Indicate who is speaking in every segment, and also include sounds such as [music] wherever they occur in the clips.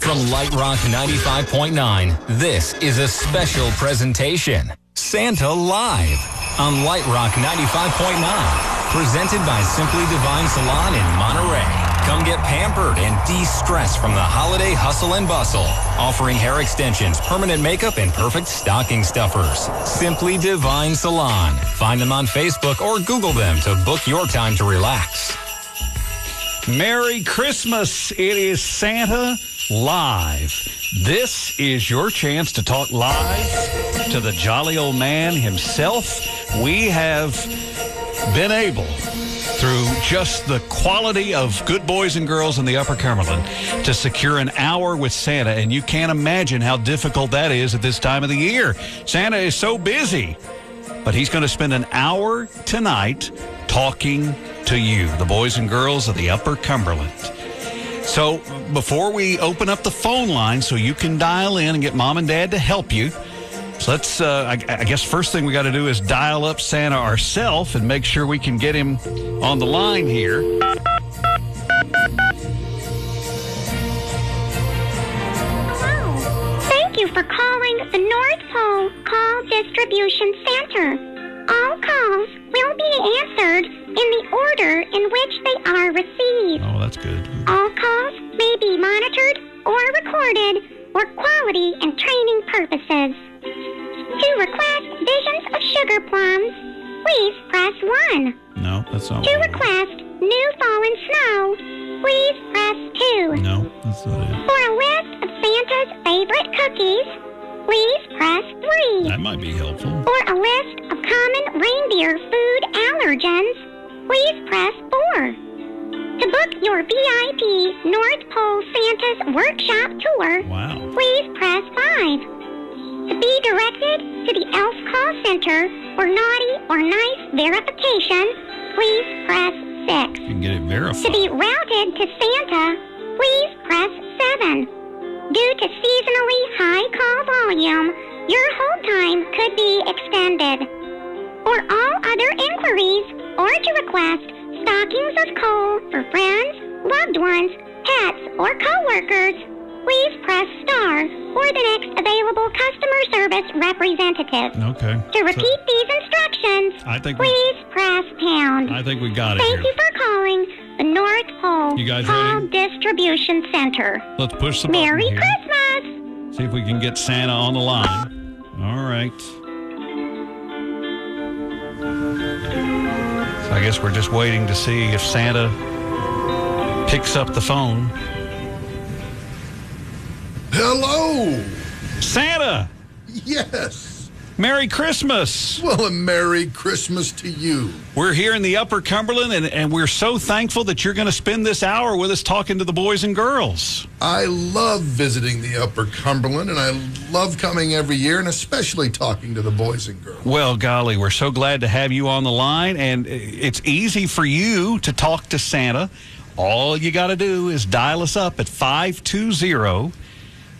Speaker 1: From Light Rock 95.9, this is a special presentation. Santa Live on Light Rock 95.9. Presented by Simply Divine Salon in Monterey. Come get pampered and de-stress from the holiday hustle and bustle. Offering hair extensions, permanent makeup, and perfect stocking stuffers. Simply Divine Salon. Find them on Facebook or Google them to book your time to relax.
Speaker 2: Merry Christmas. It is Santa Live. This is your chance to talk live to the jolly old man himself. We have been able through just the quality of good boys and girls in the upper Cumberland to secure an hour with Santa and you can't imagine how difficult that is at this time of the year. Santa is so busy but he's going to spend an hour tonight talking to you, the boys and girls of the Upper Cumberland. So, before we open up the phone line so you can dial in and get mom and dad to help you, so let's, uh, I, I guess, first thing we got to do is dial up Santa ourselves and make sure we can get him on the line here.
Speaker 3: Oh, thank you for calling the North Pole Call Distribution Center. All calls will be answered in the order in which they are received.
Speaker 2: Oh, that's good.
Speaker 3: All calls may be monitored or recorded for quality and training purposes. To request visions of sugar plums, please press 1.
Speaker 2: No, that's not. what
Speaker 3: To
Speaker 2: I want.
Speaker 3: request new fallen snow, please press 2.
Speaker 2: No, that's not it.
Speaker 3: For a list of Santa's favorite cookies, please press 3.
Speaker 2: That might be helpful.
Speaker 3: For a list of common reindeer food allergens, please press 4. To book your VIP North Pole Santa's workshop tour,
Speaker 2: Wow.
Speaker 3: please press 5. To be directed to the ELF call center for naughty or nice verification, please press 6.
Speaker 2: You can get it
Speaker 3: To
Speaker 2: verified.
Speaker 3: be routed to Santa, please press 7. Due to seasonally high call volume, your hold time could be extended. For all other inquiries or to request stockings of coal for friends, loved ones, pets, or coworkers, please press star or the next available customer service representative.
Speaker 2: Okay.
Speaker 3: To repeat these instructions,
Speaker 2: I think we-
Speaker 3: please press pound.
Speaker 2: I think we got it
Speaker 3: Thank
Speaker 2: here.
Speaker 3: you for calling the North Pole
Speaker 2: You guys
Speaker 3: Call
Speaker 2: ready?
Speaker 3: Distribution Center.
Speaker 2: Let's push the
Speaker 3: Merry
Speaker 2: button here.
Speaker 3: Christmas!
Speaker 2: See if we can get Santa on the line. All right. So I guess we're just waiting to see if Santa picks up the phone.
Speaker 4: Hello!
Speaker 2: Santa,
Speaker 4: Yes!
Speaker 2: Merry Christmas.
Speaker 4: Well, a Merry Christmas to you.
Speaker 2: We're here in the Upper Cumberland, and, and we're so thankful that you're going to spend this hour with us talking to the boys and girls.
Speaker 4: I love visiting the Upper Cumberland, and I love coming every year, and especially talking to the boys and girls.
Speaker 2: Well, golly, we're so glad to have you on the line, and it's easy for you to talk to Santa. All you got to do is dial us up at 520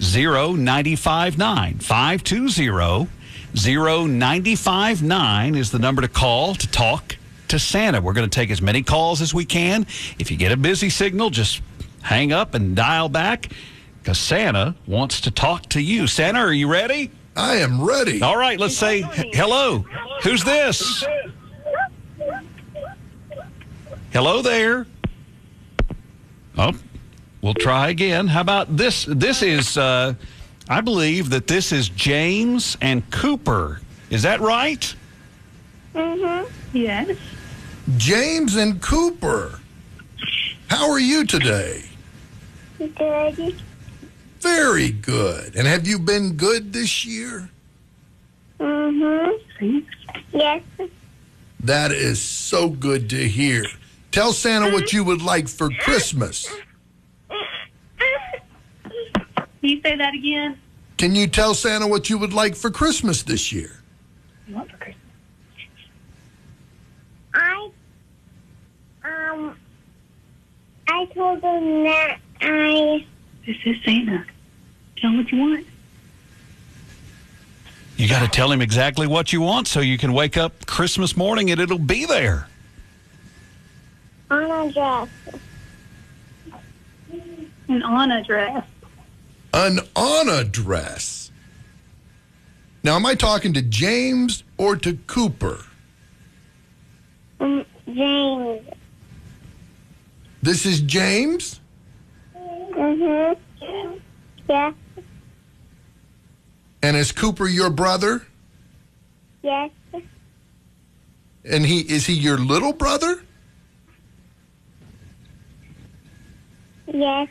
Speaker 2: 0959. 520 0959 is the number to call to talk to Santa. We're going to take as many calls as we can. If you get a busy signal, just hang up and dial back because Santa wants to talk to you. Santa, are you ready?
Speaker 4: I am ready.
Speaker 2: All right, let's say h- hello. Who's this? Hello there. Oh, we'll try again. How about this? This is, uh, I believe that this is James and Cooper. Is that right?
Speaker 5: Yes,
Speaker 4: James and Cooper, how are you today?
Speaker 6: Good.
Speaker 4: Very good. And have you been good this year?
Speaker 6: Mm-hmm.
Speaker 5: please.
Speaker 6: Yes.
Speaker 4: That is so good to hear. Tell Santa what you would like for Christmas.
Speaker 5: Can you say that again?
Speaker 4: Can you tell Santa what you would like for Christmas this year?
Speaker 5: What for Christmas?
Speaker 6: I um I told him that I
Speaker 5: This is Santa. Tell him what you want.
Speaker 2: You got to tell him exactly what you want so you can wake up Christmas morning and it'll be there.
Speaker 6: on a dress.
Speaker 5: An Anna dress.
Speaker 4: an Anna dress. Now, am I talking to James or to Cooper?
Speaker 6: Um, James.
Speaker 4: This is James.
Speaker 6: Mm-hmm. Yeah.
Speaker 4: And is Cooper your brother?
Speaker 6: Yes.
Speaker 4: And he is he your little brother?
Speaker 6: Yes.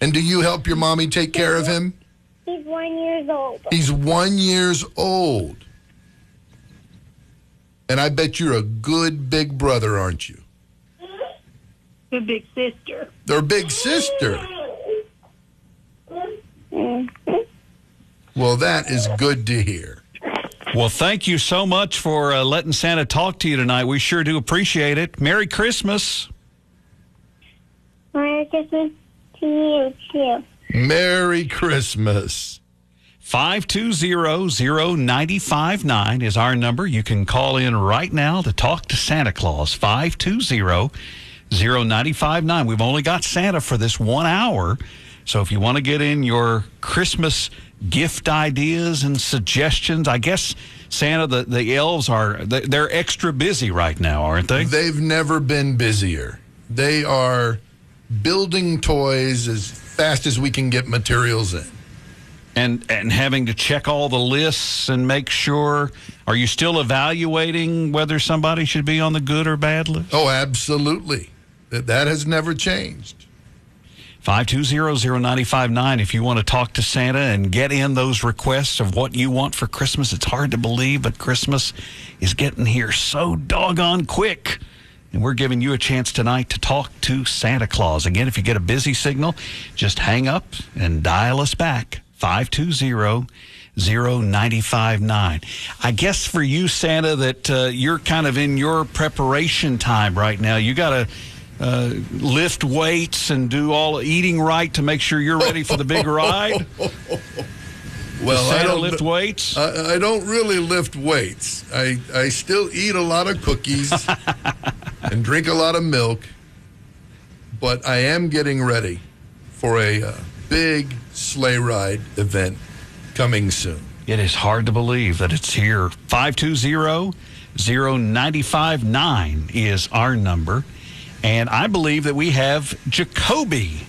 Speaker 4: And do you help your mommy take care of him?
Speaker 6: He's one years old.
Speaker 4: He's one years old. And I bet you're a good big brother, aren't you?
Speaker 5: The big sister.
Speaker 4: Their big sister. Well, that is good to hear.
Speaker 2: Well, thank you so much for uh, letting Santa talk to you tonight. We sure do appreciate it. Merry Christmas.
Speaker 6: Merry Christmas to you too.
Speaker 4: Merry Christmas.
Speaker 2: 520-0959 is our number. You can call in right now to talk to Santa Claus. 520-0959. We've only got Santa for this 1 hour. So if you want to get in your Christmas gift ideas and suggestions, I guess Santa the, the elves are they- they're extra busy right now, aren't they?
Speaker 4: They've never been busier. They are building toys as fast as we can get materials in.
Speaker 2: and and having to check all the lists and make sure are you still evaluating whether somebody should be on the good or bad list
Speaker 4: Oh, absolutely. That that has never changed.
Speaker 2: 5200959 if you want to talk to santa and get in those requests of what you want for christmas it's hard to believe but christmas is getting here so doggone quick and we're giving you a chance tonight to talk to santa claus again if you get a busy signal just hang up and dial us back 520-0959. I guess for you, Santa, that uh, you're kind of in your preparation time right now. You got to uh, lift weights and do all eating right to make sure you're ready for the big
Speaker 4: [laughs]
Speaker 2: ride.
Speaker 4: Well, I
Speaker 2: Santa
Speaker 4: don't
Speaker 2: lift
Speaker 4: kn- uh,
Speaker 2: weights.
Speaker 4: I, I don't really lift weights. I, I still eat a lot of
Speaker 2: [laughs]
Speaker 4: cookies and drink a lot of milk, but I am getting ready for a uh, big sleigh ride event coming soon.
Speaker 2: It is hard to believe that it's here. 520-0959 is our number. And I believe that we have Jacoby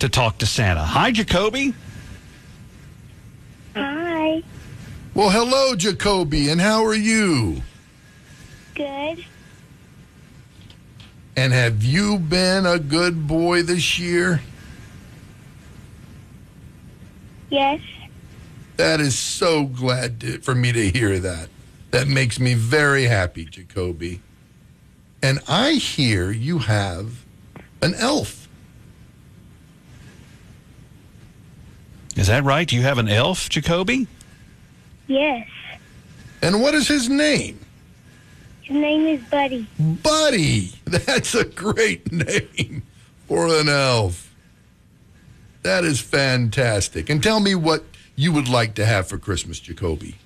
Speaker 2: to talk to Santa. Hi, Jacoby.
Speaker 6: Hi.
Speaker 4: Well, hello, Jacoby, and how are you?
Speaker 6: Good.
Speaker 4: And have you been a good boy this year?
Speaker 6: Yes.
Speaker 4: That is so glad to, for me to hear that. That makes me very happy, Jacoby. And I hear you have an elf.
Speaker 2: Is that right? Do you have an elf, Jacoby?
Speaker 6: Yes.
Speaker 4: And what is his name?
Speaker 6: His name is Buddy.
Speaker 4: Buddy. [laughs] That's a great name for an elf. That is fantastic. And tell me what you would like to have for Christmas, Jacoby.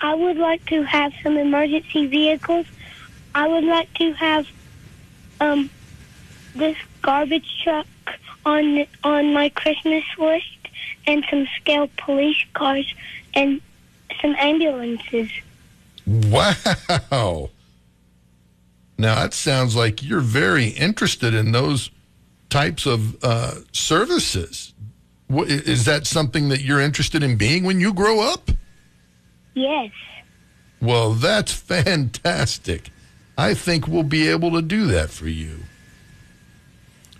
Speaker 6: I would like to have some emergency vehicles. I would like to have um this garbage truck on on my Christmas list and some scale police cars and some ambulances.
Speaker 4: Wow. Now that sounds like you're very interested in those types of uh, services. Wha- i- Is that something that you're interested in being when you grow up?
Speaker 6: Yes.
Speaker 4: Well, that's fantastic. I think we'll be able to do that for you.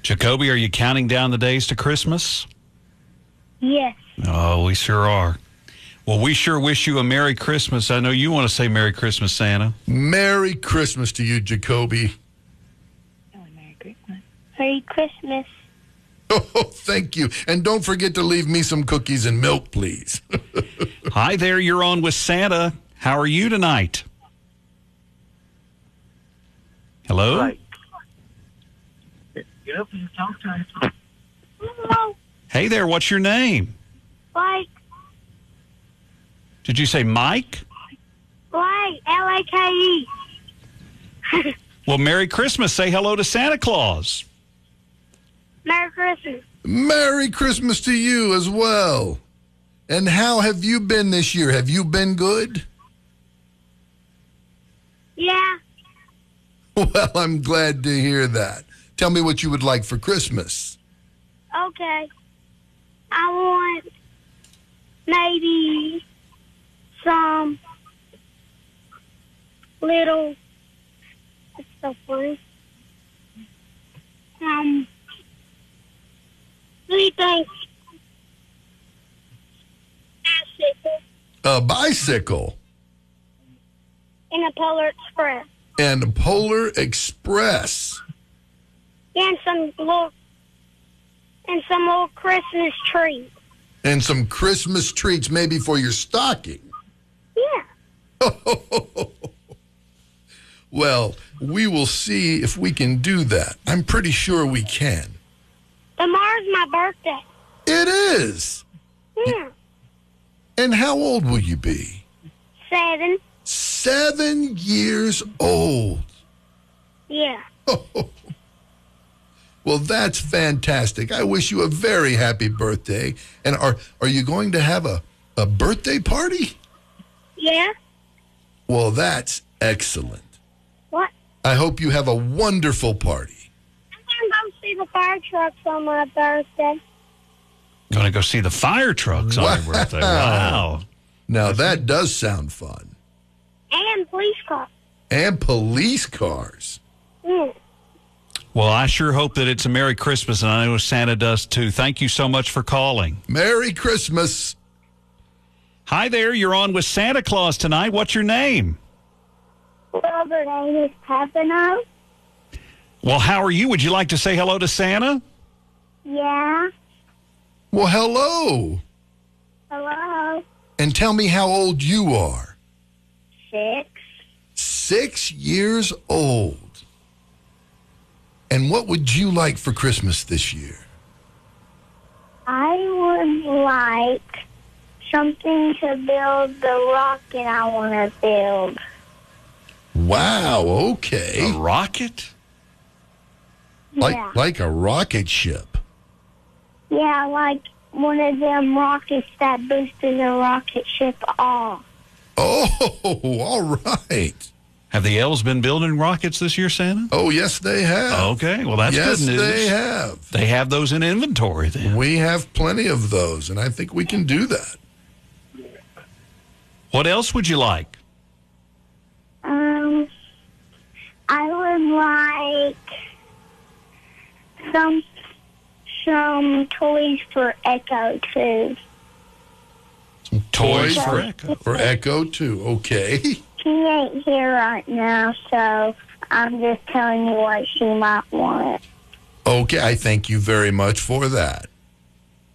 Speaker 2: Jacoby, are you counting down the days to Christmas?
Speaker 6: Yes.
Speaker 2: Oh, we sure are. Well, we sure wish you a Merry Christmas. I know you want to say Merry Christmas, Santa.
Speaker 4: Merry Christmas to you, Jacoby. [laughs]
Speaker 5: Oh, Merry Christmas.
Speaker 6: Merry Christmas.
Speaker 4: Oh, thank you. And don't forget to leave me some cookies and milk, please.
Speaker 2: Hi there, you're on with Santa. How are you tonight? Hello?
Speaker 5: Yep, it's talk time.
Speaker 2: Hey there, what's your name?
Speaker 6: Like
Speaker 2: Did you say Mike?
Speaker 6: like L I K E.
Speaker 2: Well, Merry Christmas. Say hello to Santa Claus.
Speaker 6: Merry Christmas.
Speaker 4: Merry Christmas to you as well. And how have you been this year? Have you been good? [laughs]
Speaker 6: Yeah.
Speaker 4: Well, I'm glad to hear that. Tell me what you would like for Christmas.
Speaker 6: Okay. I want maybe some little. It's so funny. Um, what do you think? Bicycle
Speaker 4: A bicycle
Speaker 6: and a Polar Express
Speaker 4: and a Polar Express.
Speaker 6: and some little and some little Christmas tree.
Speaker 4: and some Christmas treats, maybe for your stocking.
Speaker 6: Yeah.
Speaker 4: Well, we will see if we can do that. I'm pretty sure we can.
Speaker 6: Tomorrow's my birthday.
Speaker 4: It is.
Speaker 6: Yeah.
Speaker 4: And how old will you be?
Speaker 6: Seven.
Speaker 4: Seven years old.
Speaker 6: Yeah.
Speaker 4: Well, that's fantastic. I wish you a very happy birthday. And are are you going to have a, a birthday party?
Speaker 6: Yeah.
Speaker 4: Well, that's excellent.
Speaker 6: What?
Speaker 4: I hope you have a wonderful party.
Speaker 6: I'm gonna go see the fire trucks on my birthday.
Speaker 2: Going to go see the fire trucks on your birthday. Wow.
Speaker 4: Now that does sound fun.
Speaker 6: And police car.
Speaker 4: And police cars.
Speaker 6: Mm.
Speaker 2: Well, I sure hope that it's a Merry Christmas, and I know Santa does too. Thank you so much for calling.
Speaker 4: Merry Christmas.
Speaker 2: Hi there, you're on with Santa Claus tonight. What's your name?
Speaker 6: Well, the name is Papa now.
Speaker 2: Well, how are you? Would you like to say hello to Santa?
Speaker 6: Yeah.
Speaker 4: Well, hello.
Speaker 6: Hello.
Speaker 4: And tell me how old you are.
Speaker 6: Six.
Speaker 4: Six years old. And what would you like for Christmas this year?
Speaker 6: I would like something to build the rocket I want to build.
Speaker 4: Wow,
Speaker 2: A
Speaker 4: okay.
Speaker 2: rocket?
Speaker 6: yeah.
Speaker 4: Like like a rocket ship.
Speaker 6: Yeah, like one of them rockets that boosted the rocket ship off.
Speaker 4: Oh, [laughs] all right.
Speaker 2: Have the elves been building rockets this year, Santa?
Speaker 4: Oh, yes they have.
Speaker 2: Okay, well, Oh, that's
Speaker 4: yes,
Speaker 2: good news.
Speaker 4: they have.
Speaker 2: They have those in inventory then.
Speaker 4: We have plenty of those, and I think we can do that.
Speaker 2: What else would you like?
Speaker 6: Um, I would like some some toys for Echo too.
Speaker 2: Toys
Speaker 4: Toys
Speaker 2: for Echo.
Speaker 4: Or Echo too. Okay. [laughs]
Speaker 6: She ain't here right now, so I'm just telling you what she might want.
Speaker 4: Okay, I thank you very much for that.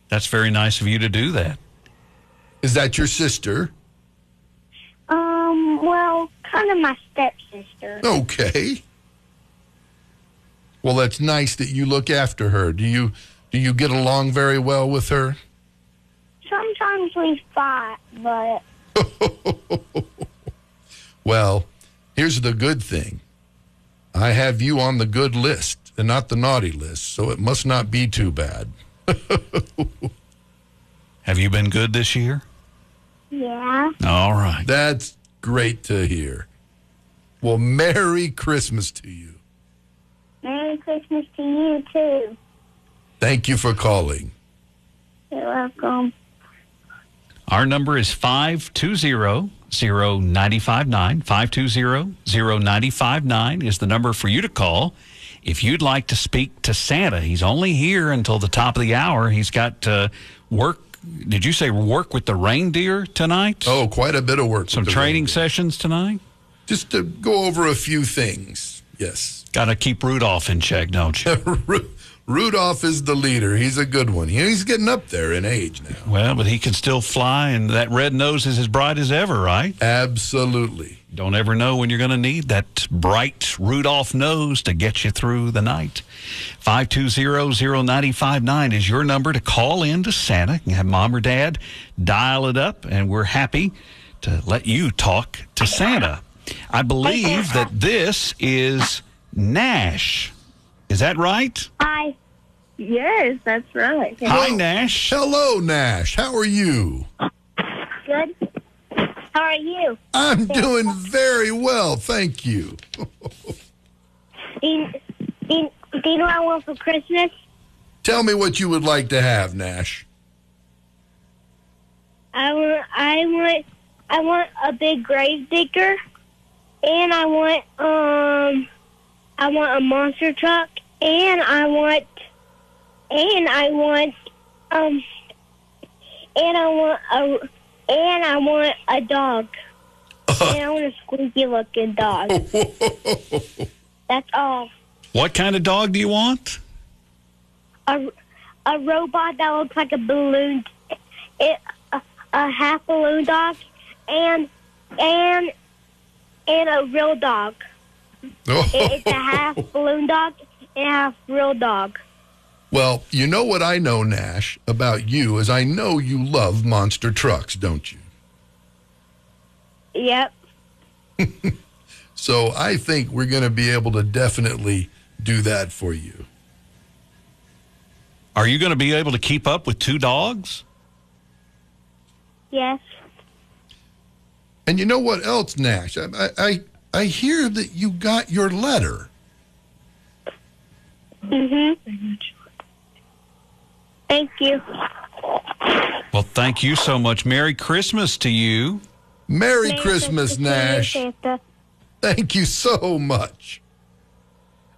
Speaker 2: That's very nice of you to do that.
Speaker 4: Is that your sister?
Speaker 6: Um, well, kind of my stepsister.
Speaker 4: Okay. Well, that's nice that you look after her. Do you do you get along very well with her?
Speaker 6: Sometimes we fight, but
Speaker 4: Well, here's the good thing. I have you on the good list and not the naughty list, so it must not be too bad.
Speaker 2: Have you been good this year?
Speaker 6: yeah.
Speaker 2: All right.
Speaker 4: That's great to hear. Well, Merry Christmas to you.
Speaker 6: Merry Christmas to you too.
Speaker 4: Thank you for calling.
Speaker 6: You're welcome.
Speaker 2: Our number is 520 0959. 520 0959 is the number for you to call. If you'd like to speak to Santa, he's only here until the top of the hour. He's got uh, work. Did you say work with the reindeer tonight?
Speaker 4: Oh, quite a bit of work.
Speaker 2: Some
Speaker 4: with the
Speaker 2: training
Speaker 4: reindeer.
Speaker 2: sessions tonight?
Speaker 4: Just to go over a few things. Yes.
Speaker 2: Got to keep Rudolph in check, don't
Speaker 4: [laughs]
Speaker 2: you?
Speaker 4: Ru- Rudolph is the leader. He's a good one. He's getting up there in age now.
Speaker 2: well, but he can still fly, and that red nose is as bright as ever, right?
Speaker 4: Absolutely.
Speaker 2: Don't ever know when you're going to need that bright Rudolph nose to get you through the night. 520-0959 is your number to call in to Santa. You can have mom or dad dial it up, and we're happy to let you talk to Santa. I believe that this is Nash. Is that right?
Speaker 6: Hi.
Speaker 5: Yes, that's right.
Speaker 2: Hi, Nash.
Speaker 4: Hello, Nash. How are you?
Speaker 6: Good. How are you?
Speaker 4: I'm doing very well, thank you.
Speaker 6: In, in, do you know what I want for Christmas?
Speaker 4: Tell me what you would like to have, Nash.
Speaker 6: I want, I want, I want a big grave digger, and I want, um, I want a monster truck, and I want, and I want, um, and I want a, and I want a dog, and I want a squeaky looking dog. That's all.
Speaker 2: What kind of dog do you want?
Speaker 6: A, a robot that looks like a balloon, it, a, a half balloon dog, and and and a real dog.
Speaker 4: Oh,
Speaker 6: It- It's a half balloon dog and a half real dog.
Speaker 4: [laughs] Well, you know what I know, Nash, about you is I know you love monster trucks, don't you?
Speaker 6: Yep.
Speaker 4: So I think we're going to be able to definitely do that for you.
Speaker 2: Are you going to be able to keep up with two dogs?
Speaker 6: Yes.
Speaker 4: And you know what else, Nash? I, I, I, I hear that you got your letter.
Speaker 6: Mhm. Thank you.
Speaker 2: Well, thank you so much. Merry Christmas to you.
Speaker 4: Merry
Speaker 6: Merry
Speaker 4: Christmas,
Speaker 6: to you,
Speaker 4: Nash.
Speaker 6: Santa.
Speaker 4: Thank you so much.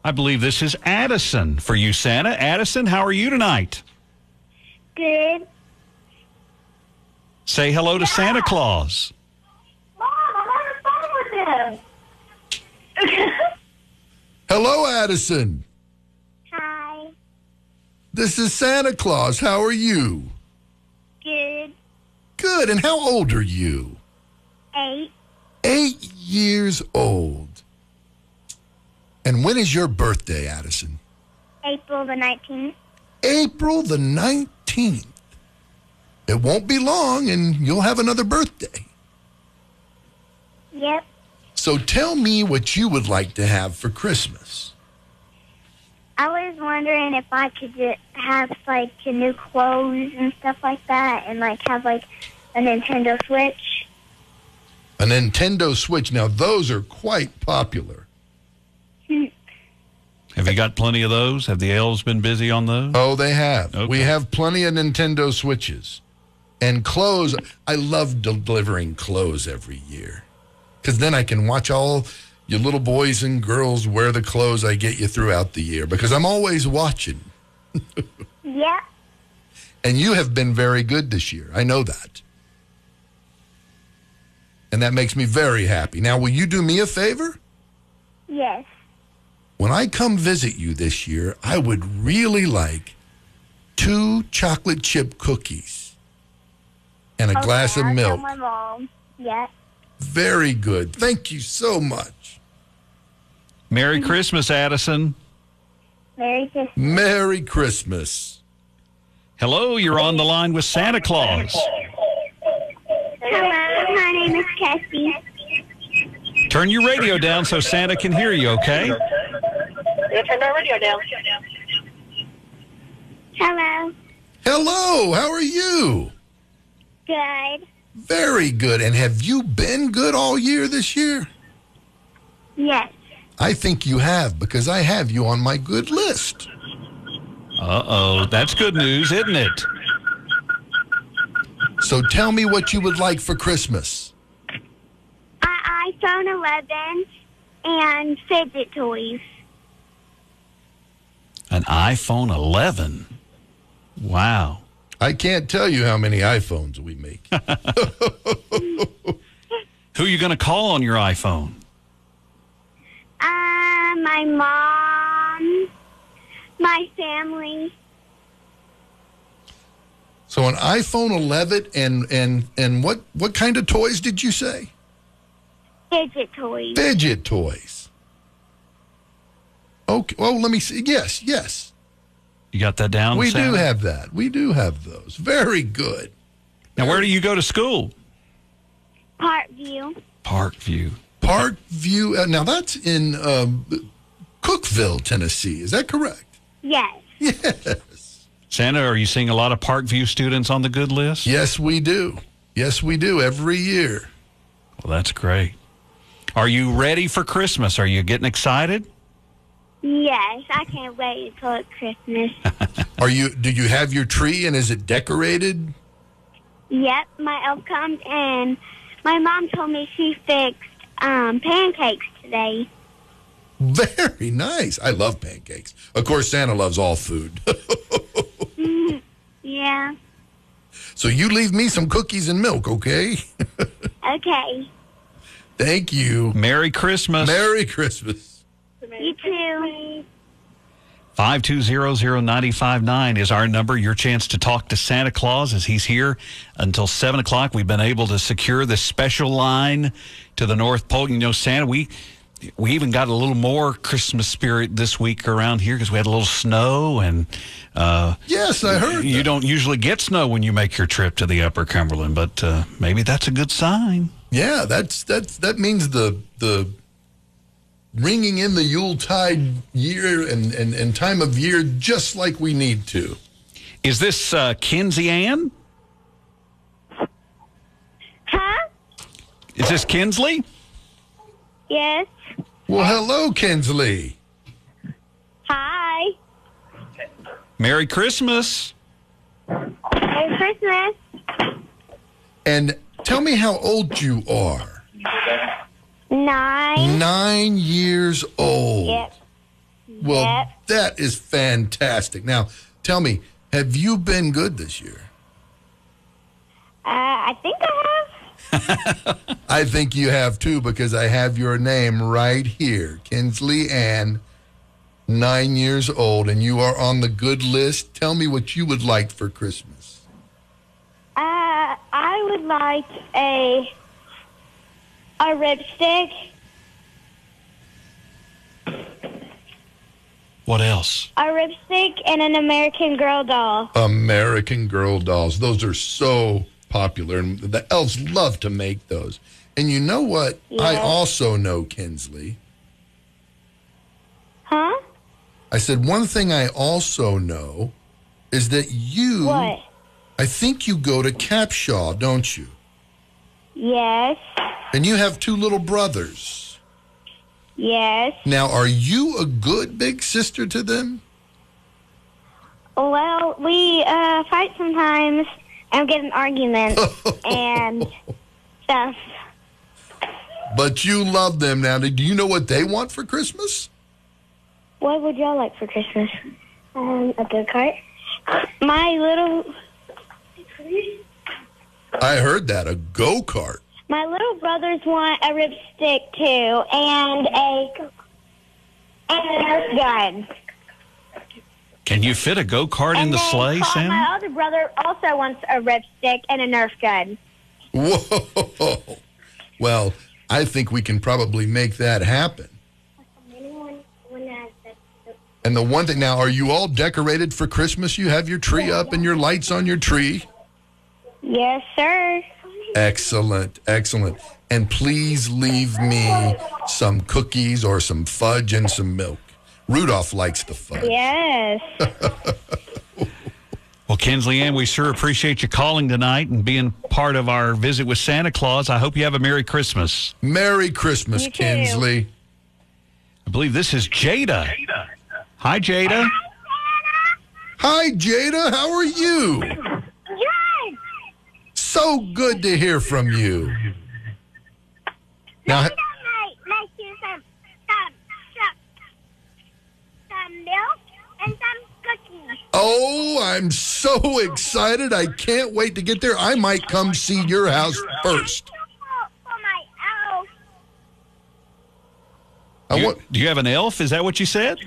Speaker 2: I believe this is Addison for you, Santa. Addison, how are you tonight?
Speaker 6: Good.
Speaker 2: Say hello to Santa Claus.
Speaker 5: Mom, I'm having fun with him.
Speaker 4: Hello, Addison.
Speaker 6: Hi.
Speaker 4: This is Santa Claus. How are you?
Speaker 6: Good.
Speaker 4: Good. And how old are you?
Speaker 6: Eight.
Speaker 4: Eight years old. And when is your birthday, Addison?
Speaker 6: April the nineteenth.
Speaker 4: April the 19th. It won't be long and you'll have another birthday.
Speaker 6: Yep.
Speaker 4: So tell me what you would like to have for Christmas.
Speaker 6: I was wondering if I could ju- have like new clothes and stuff like that, and like have like a Nintendo Switch.
Speaker 4: A Nintendo Switch. Now, those are quite popular.
Speaker 2: Have you got plenty of those? Have the elves been busy on those?
Speaker 4: Oh, they have.
Speaker 2: Okay.
Speaker 4: We have plenty of Nintendo Switches. And clothes. I love delivering clothes every year because then I can watch all your little boys and girls wear the clothes I get you throughout the year because I'm always watching.
Speaker 6: Yep.
Speaker 4: And you have been very good this year. I know that. And that makes me very happy. Now, will you do me a favor?
Speaker 6: Yes.
Speaker 4: When I come visit you this year, I would really like two chocolate chip cookies and a glass of
Speaker 6: I'll tell
Speaker 4: milk.
Speaker 6: my mom. Yep.
Speaker 4: Very good. Thank you so much.
Speaker 2: Merry Christmas, Addison.
Speaker 6: Merry Christmas.
Speaker 4: Merry Christmas.
Speaker 2: Hello, you're on the line with Santa Claus.
Speaker 6: Hello, my name is Cassie.
Speaker 2: Turn your radio down so Santa can hear you, okay?
Speaker 5: Yeah, turn my radio down.
Speaker 6: Hello.
Speaker 4: Hello, how are you?
Speaker 6: Good.
Speaker 4: Very good. And have you been good all year this year?
Speaker 6: Yes.
Speaker 4: I think you have because I have you on my good list.
Speaker 2: Uh oh, that's good news, isn't it?
Speaker 4: So tell me what you would like for Christmas.
Speaker 6: I iPhone 11 and fidget toys.
Speaker 2: An iPhone 11. Wow.
Speaker 4: I can't tell you how many iPhones we make.
Speaker 2: Who are you going to call on your iPhone?
Speaker 6: Uh, my mom, my family.
Speaker 4: so an iPhone 11 and and and what what kind of toys did you say?
Speaker 6: Fidget toys.
Speaker 4: Fidget toys. Okay. Well, let me see. Yes, yes.
Speaker 2: You got that down?
Speaker 4: we
Speaker 2: Santa?
Speaker 4: do have that. We do have those. Very good.
Speaker 2: Now, where do you go to school?
Speaker 6: Parkview.
Speaker 2: Parkview.
Speaker 4: Parkview. Uh, now that's in um, Cookville, Tennessee. Is that correct?
Speaker 6: Yes.
Speaker 4: Yes.
Speaker 2: Santa, are you seeing a lot of Parkview students on the good list?
Speaker 4: Yes, we do. Yes, we do every year.
Speaker 2: Well, that's great. Are you ready for Christmas? Are you getting excited?
Speaker 6: Yes, I can't wait until it's Christmas.
Speaker 4: Are you? Do you have your tree and is it decorated? [laughs]
Speaker 6: yep, my elf comes and my mom told me she fixed um, pancakes today.
Speaker 4: Very nice. I love pancakes. Of course, Santa loves all food. [laughs]
Speaker 6: Yeah.
Speaker 4: so you leave me some cookies and milk, okay? [laughs]
Speaker 6: Okay.
Speaker 4: Thank you.
Speaker 2: Merry Christmas.
Speaker 4: Merry Christmas.
Speaker 6: You too.
Speaker 2: 5200959 is our number. Your chance to talk to Santa Claus as he's here until 7 o'clock. We've been able to secure this special line to the North Pole. You know, Santa, we we even got a little more Christmas spirit this week around here because we had a little snow and uh,
Speaker 4: Yes, I heard.
Speaker 2: you
Speaker 4: that.
Speaker 2: don't usually get snow when you make your trip to the upper Cumberland, but uh, maybe that's a good sign.
Speaker 4: Yeah, that's that's that means the the ringing in the Yuletide year and, and, and time of year just like we need to.
Speaker 2: Is this uh, Kinsey Ann?
Speaker 6: Huh?
Speaker 2: Is this Kinsley?
Speaker 6: Yes.
Speaker 4: Well, hello, Kinsley.
Speaker 6: Hi.
Speaker 2: Merry Christmas.
Speaker 6: Merry Christmas.
Speaker 4: And tell me how old you are.
Speaker 6: Nine.
Speaker 4: Nine years old.
Speaker 6: Yep.
Speaker 4: Well,
Speaker 6: Yep.
Speaker 4: that is fantastic. Now, tell me, have you been good this year?
Speaker 6: Uh, I think I have.
Speaker 4: I think you have too, because I have your name right here, Kinsley Ann, nine years old, and you are on the good list. Tell me what you would like for Christmas.
Speaker 6: Uh, I would like a a ribstick.
Speaker 2: What else?
Speaker 6: a ripstick and an American Girl doll.
Speaker 4: American Girl dolls. Those are so popular, and the elves love to make those. And you know what? I
Speaker 6: Yeah.
Speaker 4: also know Kinsley.
Speaker 6: Huh?
Speaker 4: I said one thing I also know is that you.
Speaker 6: What?
Speaker 4: I think you go to Capshaw, don't you?
Speaker 6: Yes.
Speaker 4: And you have two little brothers.
Speaker 6: Yes.
Speaker 4: Now, are you a good big sister to them?
Speaker 6: Well, we uh, fight sometimes and get in
Speaker 2: [laughs]
Speaker 6: arguments and stuff.
Speaker 4: But you love them now. Do you know what they want for Christmas?
Speaker 6: What would y'all like for Christmas? Um, a go kart. My little
Speaker 4: I heard that a go kart.
Speaker 6: my little brothers want a ripstick too, and a and a gun.
Speaker 2: Can you fit a go kart in
Speaker 6: and
Speaker 2: the
Speaker 6: then
Speaker 2: sleigh,
Speaker 6: Carl,
Speaker 2: Santa?
Speaker 6: My older brother also wants a ripstick and a Nerf gun.
Speaker 4: Whoa! Well, I think we can probably make that happen. And the one thing now, are you all decorated for Christmas? You have your tree up and your lights on your tree.
Speaker 6: Yes, sir.
Speaker 4: Excellent, excellent. And please leave me some cookies or some fudge and some milk. Rudolph likes the fudge.
Speaker 6: Yes.
Speaker 2: [laughs] Well, Kinsley Ann, we sure appreciate you calling tonight and being part of our visit with Santa Claus. I hope you have a Merry Christmas.
Speaker 4: Merry Christmas,
Speaker 6: You too.
Speaker 4: Kinsley.
Speaker 2: I believe this is Jada. Hi, Jada.
Speaker 4: Hi, Jada. How are you?
Speaker 6: Good.
Speaker 4: So good to hear from you. Now,
Speaker 6: might make you some some some, some milk and some cookies.
Speaker 4: oh, I'm so excited. I can't wait to get there. I might come see your house first.
Speaker 6: For, for my elf.
Speaker 4: I
Speaker 2: You-
Speaker 4: want,
Speaker 2: do you have an elf? Is that what you said?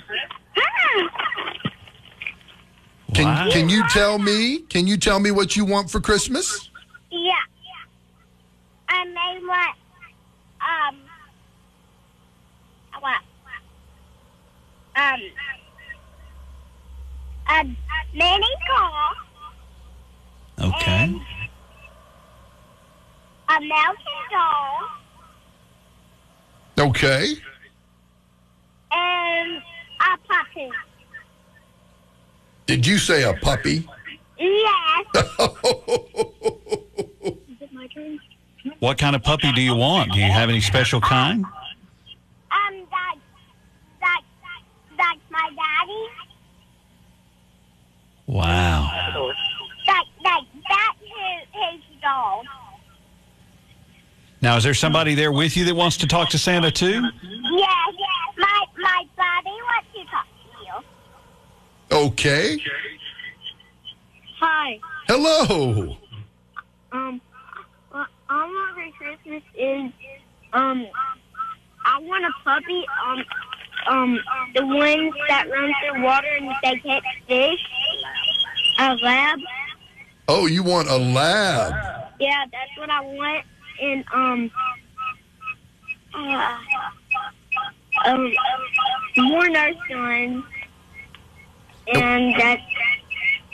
Speaker 4: can,
Speaker 2: Wow.
Speaker 4: can you tell me? Can you tell me what you want for Christmas?
Speaker 6: Yeah. I may want um I want um a mini car,
Speaker 2: Okay.
Speaker 6: a mountain doll,
Speaker 4: Okay.
Speaker 6: and a puppy.
Speaker 4: Did you say a puppy? [laughs]
Speaker 6: Yes.
Speaker 2: What kind of puppy do you want? Do you have any special kind?
Speaker 6: Um, that, that, that's my daddy.
Speaker 2: Wow.
Speaker 6: That, that, that's his, his dog.
Speaker 2: Now, is there somebody there with you that wants to talk to Santa too?
Speaker 6: Yes, yes. My, my daddy wants to talk to you.
Speaker 4: Okay.
Speaker 6: Hi.
Speaker 4: Hello.
Speaker 6: Um, well, all I want for Christmas is um, I want a puppy. Um, um, the ones that run through water and they catch fish. A lab.
Speaker 4: Oh, you want a lab?
Speaker 6: Yeah, that's what I want. And um, uh, um, more nurse ones. And that,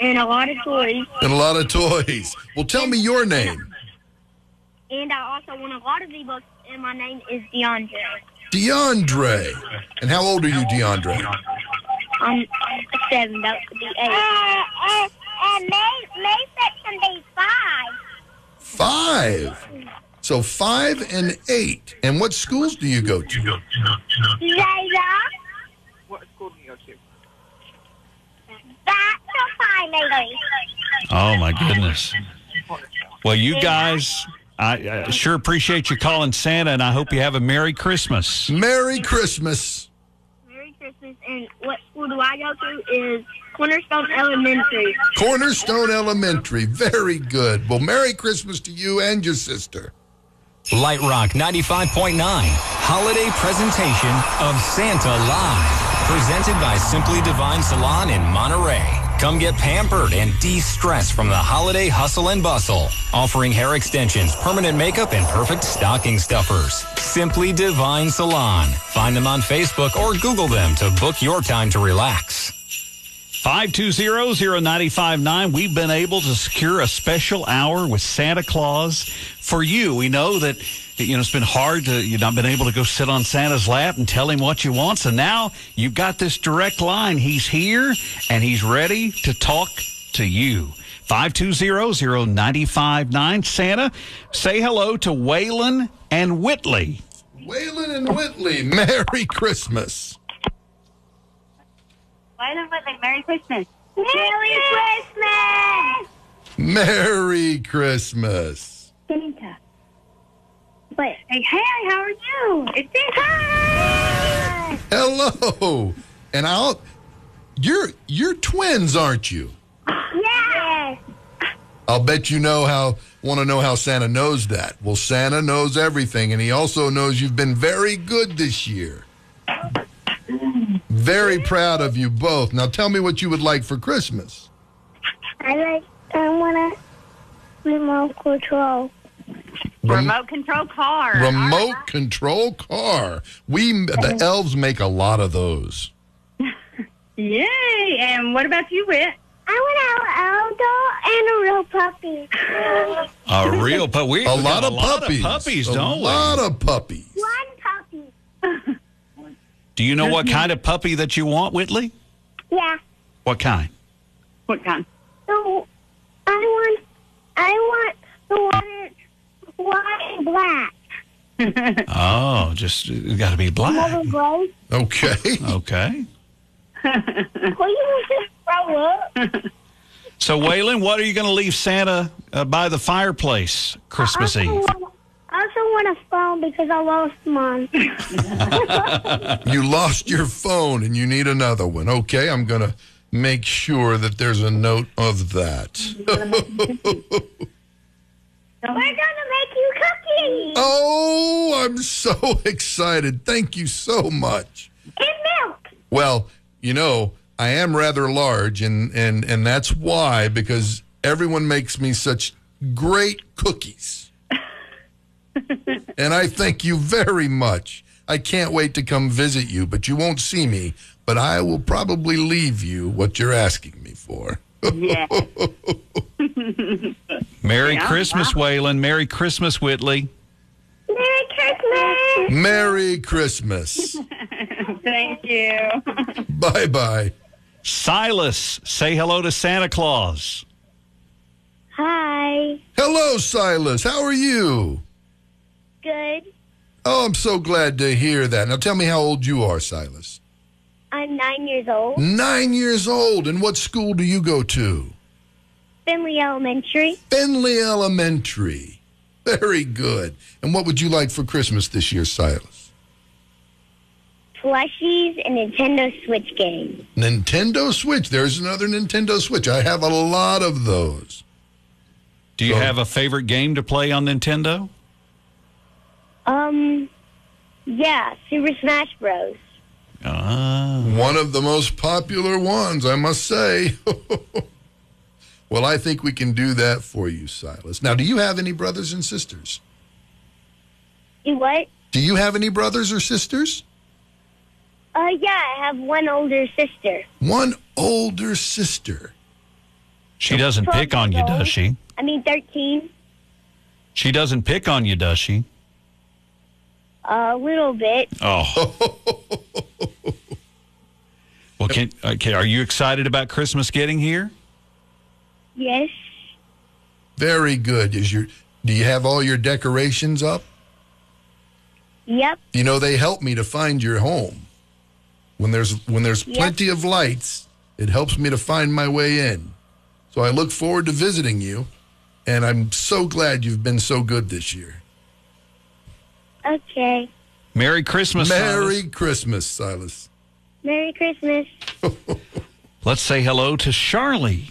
Speaker 6: and a lot of toys.
Speaker 4: And a lot of toys. Well, tell me your name.
Speaker 6: And I also want a lot of V-Bucks. And my name is DeAndre.
Speaker 4: DeAndre. And how old are you, DeAndre?
Speaker 6: Um, seven. That would be eight. Uh, uh, uh, May, May section be five.
Speaker 4: Five. So five and eight. And what schools do you go to?
Speaker 6: Zayda,
Speaker 5: What school do you go to?
Speaker 6: that's a finally.
Speaker 2: Oh my goodness. Well, you guys, I, I sure appreciate you calling Santa, and I hope you have a Merry Christmas.
Speaker 4: Merry Christmas.
Speaker 6: Merry Christmas. And what school do I go to is Cornerstone Elementary.
Speaker 4: Cornerstone Elementary. Very good. Well, Merry Christmas to you and your sister.
Speaker 1: Light Rock 95.9 Holiday Presentation of Santa Live. Presented by Simply Divine Salon in Monterey. Come get pampered and de-stress from the holiday hustle and bustle. Offering hair extensions, permanent makeup, and perfect stocking stuffers. Simply Divine Salon. Find them on Facebook or Google them to book your time to relax.
Speaker 2: 520-0959. We've been able to secure a special hour with Santa Claus for you. We know that you know it's been hard to you've not been able to go sit on Santa's lap and tell him what you want. So now you've got this direct line. He's here and he's ready to talk to you. 520-0959. Santa, say hello to Waylon and Whitley.
Speaker 4: Waylon and Whitley, Merry Christmas.
Speaker 5: Why not like Merry Christmas?
Speaker 6: Merry Christmas!
Speaker 4: Merry Christmas.
Speaker 6: Santa. What?
Speaker 5: Hey, hey, how are you? It's Santa.
Speaker 4: Hello. And I'll you're you're twins, aren't you?
Speaker 6: Yes.
Speaker 4: I'll bet you know how want to know how Santa knows that. Well, Santa knows everything and he also knows you've been very good this year. Very proud of you both. Now tell me what you would like for Christmas.
Speaker 6: I like. I want a remote control.
Speaker 4: Rem-
Speaker 5: Remote control car.
Speaker 4: remote control car. We the elves make a lot of those.
Speaker 5: Yay! And what about you, Whit?
Speaker 6: I want an outdoor and a real [laughs] puppy.
Speaker 2: [laughs] A real pup. We
Speaker 4: A
Speaker 2: we got
Speaker 4: lot of puppies.
Speaker 2: puppies,
Speaker 4: a
Speaker 2: don't we?
Speaker 4: lot of puppies.
Speaker 6: One puppy.
Speaker 2: Do you know what kind of puppy that you want, Whitley?
Speaker 6: Yeah.
Speaker 2: What kind?
Speaker 5: What kind?
Speaker 6: So I want I want the one that's white and black.
Speaker 2: Oh, just got to be black.
Speaker 6: Mother [laughs] Grace,
Speaker 4: Okay.
Speaker 2: Okay.
Speaker 6: will you just grow up?
Speaker 2: So, Waylon, what are you going to leave Santa uh, by the fireplace Christmas
Speaker 6: I also
Speaker 2: Eve?
Speaker 6: want- I also want a phone because I lost mine.
Speaker 4: you lost your phone and you need another one. Okay, I'm going to make sure that there's a note of that.
Speaker 6: We're gonna make you cookies
Speaker 4: Oh, I'm so [laughs] excited. Thank you so much.
Speaker 6: and milk.
Speaker 4: Well, you know, I am rather large and and and that's why because everyone makes me such great cookies. and I thank you very much. I can't wait to come visit you, but you won't see me, but I will probably leave you what you're asking me for.
Speaker 5: Yeah.
Speaker 2: Merry
Speaker 5: Yeah.
Speaker 2: Christmas, Waylon. Merry Christmas, Whitley.
Speaker 6: Merry Christmas.
Speaker 4: Merry Christmas.
Speaker 5: Thank you. [laughs]
Speaker 4: bye bye.
Speaker 2: Silas, say hello to Santa Claus.
Speaker 6: Hi.
Speaker 4: Hello, Silas. How are you?
Speaker 6: Good.
Speaker 4: Oh, I'm so glad to hear that. Now tell me how old you are, Silas.
Speaker 6: I'm nine years old.
Speaker 4: Nine years old. And what school do you go to?
Speaker 6: Finley Elementary.
Speaker 4: Finley Elementary. Very good. And what would you like for Christmas this year, Silas?
Speaker 6: Plushies and Nintendo Switch games.
Speaker 4: Nintendo Switch. There's another Nintendo Switch. I have a lot of those.
Speaker 2: Do you
Speaker 4: Oh.
Speaker 2: have a favorite game to play on Nintendo?
Speaker 6: Um, yeah, Super Smash Bros.
Speaker 2: Ah.
Speaker 4: One of the most popular ones, I must say. [laughs] well, I think we can do that for you, Silas. Now, do you have any brothers and sisters?
Speaker 6: Do what?
Speaker 4: Do you have any brothers or sisters?
Speaker 6: Uh, yeah, I have one older sister.
Speaker 4: One older sister.
Speaker 2: She doesn't pick on you, does she?
Speaker 6: I mean, 13.
Speaker 2: She doesn't pick on you, does she?
Speaker 6: A little bit.
Speaker 2: Oh. well, can, okay, are you excited about Christmas getting here?
Speaker 6: Yes.
Speaker 4: Very good. Is your do you have all your decorations up?
Speaker 6: Yep.
Speaker 4: You know, they help me to find your home. When there's when there's
Speaker 6: Yep.
Speaker 4: plenty of lights, it helps me to find my way in. So I look forward to visiting you, and I'm so glad you've been so good this year.
Speaker 6: Okay.
Speaker 2: Merry Christmas.
Speaker 4: Merry
Speaker 2: Silas.
Speaker 4: Christmas, Silas.
Speaker 6: Merry Christmas.
Speaker 2: Let's say hello to Charlie.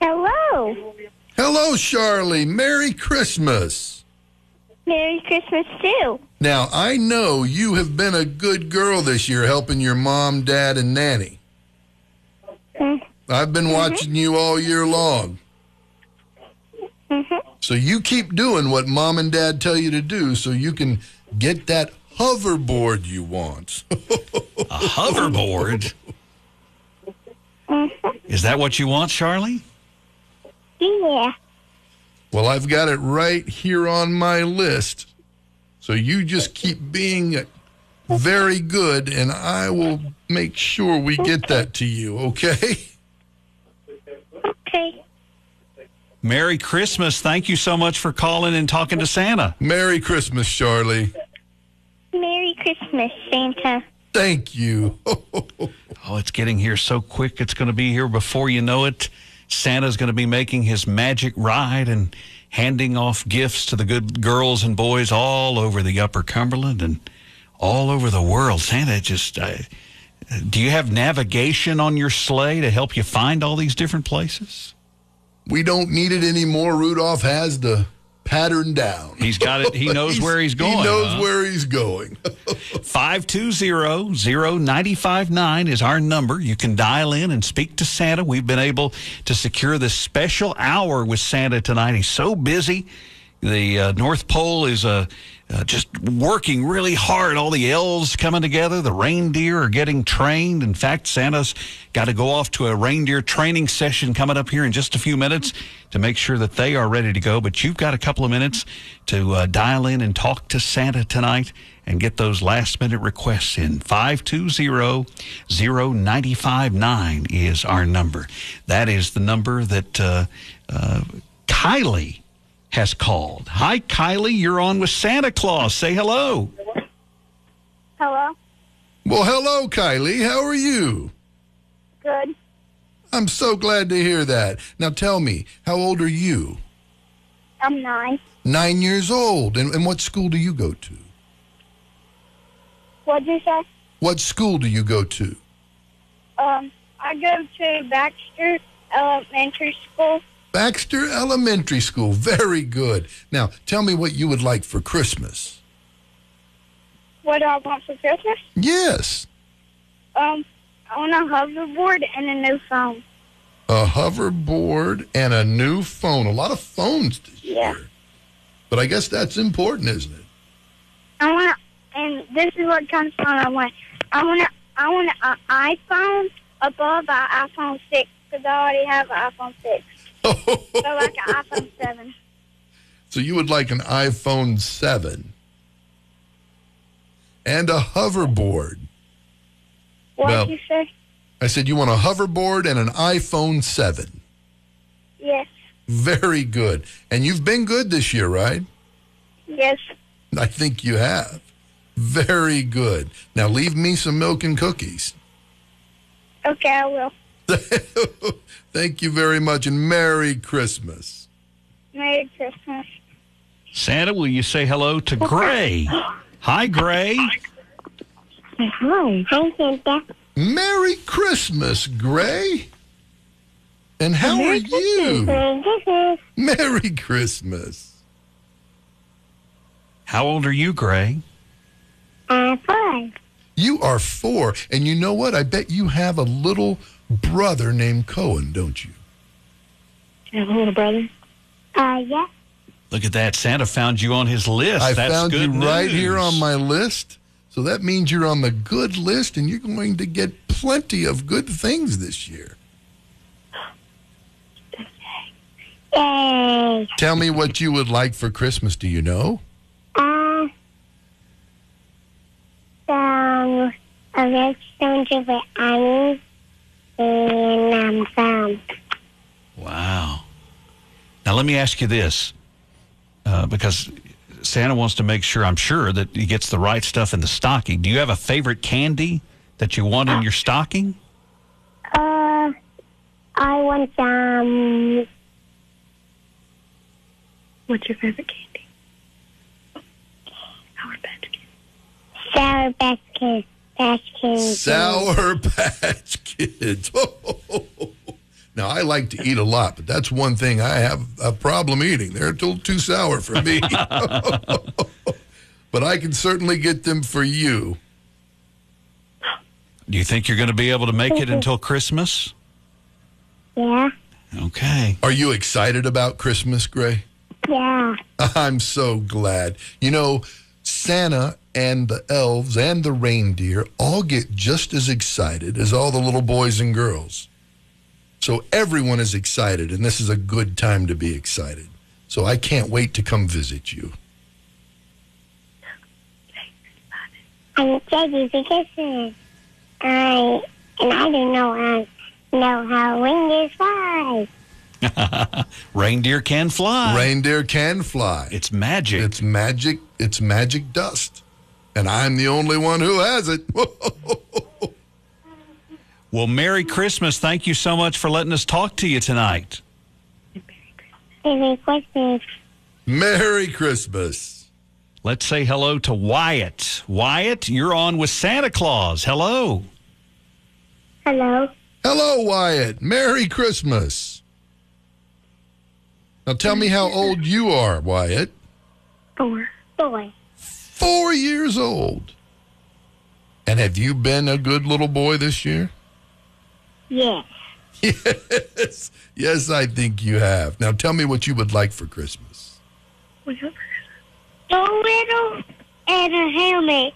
Speaker 6: Hello.
Speaker 4: Hello, Charlie. Merry Christmas.
Speaker 6: Merry Christmas, too.
Speaker 4: Now, I know you have been a good girl this year helping your mom, dad, and nanny. I've been watching you all year long. So you keep doing what mom and dad tell you to do so you can get that hoverboard you want.
Speaker 2: A hoverboard. Is that what you want, Charlie?
Speaker 6: Yeah.
Speaker 4: Well, I've got it right here on my list. So you just keep being very good, and I will make sure we get that to you, okay? [laughs]
Speaker 6: Okay.
Speaker 2: Merry Christmas. Thank you so much for calling and talking to Santa.
Speaker 4: Merry Christmas, Charlie.
Speaker 6: Merry Christmas, Santa.
Speaker 4: Thank you. [laughs]
Speaker 2: Oh, it's getting here so quick. It's going to be here before you know it. Santa's going to be making his magic ride and handing off gifts to the good girls and boys all over the upper Cumberland and all over the world. Santa just. Uh, do you have navigation on your sleigh to help you find all these different places?
Speaker 4: we don't need it anymore. Rudolph has the pattern down. [laughs]
Speaker 2: He's got it. He knows where he's going.
Speaker 4: He knows
Speaker 2: huh?
Speaker 4: where he's going. [laughs]
Speaker 2: 520-0959 is our number. You can dial in and speak to Santa. We've been able to secure this special hour with Santa tonight. He's so busy. The uh, North Pole is uh, uh, just working really hard. All the elves coming together. The reindeer are getting trained. In fact, Santa's got to go off to a reindeer training session coming up here in just a few minutes to make sure that they are ready to go. But you've got a couple of minutes to uh, dial in and talk to Santa tonight and get those last minute requests in. 520-0959 is our number. That is the number that uh, uh, Kylie has called. Hi, Kylie. You're on with Santa Claus. Say hello.
Speaker 6: Hello.
Speaker 4: well, hello, Kylie. How are you?
Speaker 6: Good.
Speaker 4: I'm so glad to hear that. Now tell me, how old are you?
Speaker 6: I'm nine.
Speaker 4: Nine years old. And, and what school do you go to?
Speaker 6: What'd you say?
Speaker 4: What school do you go to?
Speaker 6: Um, I go to Baxter Elementary School.
Speaker 4: Baxter Elementary School. Very good. Now, tell me what you would like for Christmas.
Speaker 6: What do I want for Christmas?
Speaker 4: Yes,
Speaker 6: Um, I want a hoverboard and a new phone.
Speaker 4: a hoverboard and a new phone. A lot of phones this
Speaker 6: Yeah.
Speaker 4: year. But I guess that's important, isn't it?
Speaker 6: I want, and this is what kind of phone I want. I want, a, I want an iPhone above an iPhone six because I already have an iPhone six, so like [laughs] an iPhone seven.
Speaker 4: [laughs] so you would like an iPhone 7 and a hoverboard.
Speaker 6: What'd
Speaker 4: Well-
Speaker 6: you say?
Speaker 4: I said, You want a hoverboard and an iPhone 7.
Speaker 6: Yes.
Speaker 4: Very good. And you've been good this year, right?
Speaker 6: Yes.
Speaker 4: I think you have. Very good. Now leave me some milk and cookies. [laughs]
Speaker 6: Okay, I will.
Speaker 4: Thank you very much and Merry Christmas.
Speaker 6: Merry Christmas.
Speaker 2: Santa, will you say hello to Gray? Hi, Gray.
Speaker 5: Hi.
Speaker 6: Hi, Santa.
Speaker 4: Merry Christmas, Gray. And how are you?
Speaker 6: Merry Christmas.
Speaker 4: Merry Christmas.
Speaker 2: How old are you, Gray?
Speaker 6: Uh, fun.
Speaker 4: You are four, and you know what? I bet you have a little brother named Cohen, don't you?
Speaker 5: You have a little brother?
Speaker 6: Uh, yes.
Speaker 2: Look at that. Santa found you on his list.
Speaker 4: I
Speaker 2: That's
Speaker 4: found you
Speaker 2: good
Speaker 4: right here
Speaker 2: news.
Speaker 4: on my list. So that means you're on the good list, and you're going to get plenty of good things this year.
Speaker 6: Yay.
Speaker 4: Tell me what you would like for Christmas. Do you know?
Speaker 6: Uh, some a red soldier with onions and um, some.
Speaker 2: Wow. Now, let me ask you this uh, because Santa wants to make sure, I'm sure, that he gets the right stuff in the stocking. Do you have a favorite candy that you want in your stocking?
Speaker 6: Uh, I want some.
Speaker 5: What's your favorite candy? Our bad candy.
Speaker 6: Sour Baskin. Baskin.
Speaker 4: Sour [laughs] Patch Kids. [laughs] Now I like to eat a lot, but that's one thing I have a problem eating. They're a little too sour for me. [laughs] but I can certainly get them for you.
Speaker 2: Do you think you're going to be able to make it until Christmas?
Speaker 6: Yeah.
Speaker 2: Okay.
Speaker 4: Are you excited about Christmas, Gray?
Speaker 6: Yeah.
Speaker 4: [laughs] I'm so glad. You know, Santa and the elves and the reindeer all get just as excited as all the little boys and girls. So everyone is excited, and this is a good time to be excited. So I can't wait to come visit you.
Speaker 6: I'm Jackie Dickinson. I and I don't know um, know how reindeer fly.
Speaker 2: Reindeer can fly.
Speaker 4: Reindeer can fly.
Speaker 2: It's magic.
Speaker 4: It's magic. It's magic dust. And I'm the only one who has it. [laughs]
Speaker 2: well, Merry Christmas. Thank you so much for letting us talk to you tonight.
Speaker 6: Merry Christmas.
Speaker 4: Merry Christmas.
Speaker 2: Let's say hello to Wyatt. Wyatt, you're on with Santa Claus. Hello.
Speaker 6: Hello.
Speaker 4: Hello, Wyatt. Merry Christmas. Now tell me how old you are, Wyatt.
Speaker 5: Four.
Speaker 6: Boy.
Speaker 4: Four years old. And have you been a good little boy this year? [laughs]
Speaker 6: Yes.
Speaker 4: Yes. Yes, I think you have. Now tell me what you would like for Christmas.
Speaker 5: What's up?
Speaker 6: a little and a helmet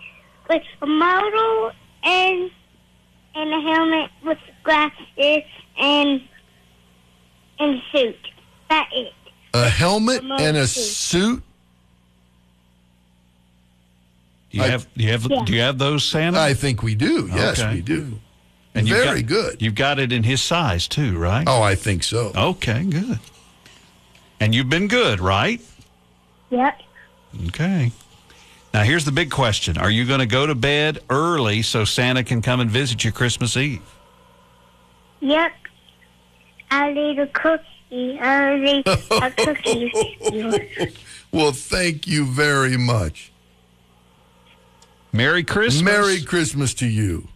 Speaker 6: with a model and and a helmet with glasses and and suit. That it.
Speaker 4: A helmet
Speaker 6: Remote
Speaker 4: and a
Speaker 6: suit.
Speaker 4: suit?
Speaker 2: Do you
Speaker 4: I-
Speaker 2: have do you have do you have those Santa?
Speaker 4: I think we do. Yes,
Speaker 2: Okay.
Speaker 4: we do.
Speaker 2: And you've
Speaker 4: Very
Speaker 2: got-
Speaker 4: good.
Speaker 2: You've got it in his size too, right?
Speaker 4: Oh, I think so.
Speaker 2: Okay, good. And you've been good, right?
Speaker 6: Yep.
Speaker 2: Okay. Now here's the big question: Are you going to go to bed early so Santa can come and visit you Christmas Eve?
Speaker 6: Yep. I need a cookie. I need a cookie.
Speaker 4: Well, thank you very much.
Speaker 2: Merry Christmas.
Speaker 4: Merry Christmas to you.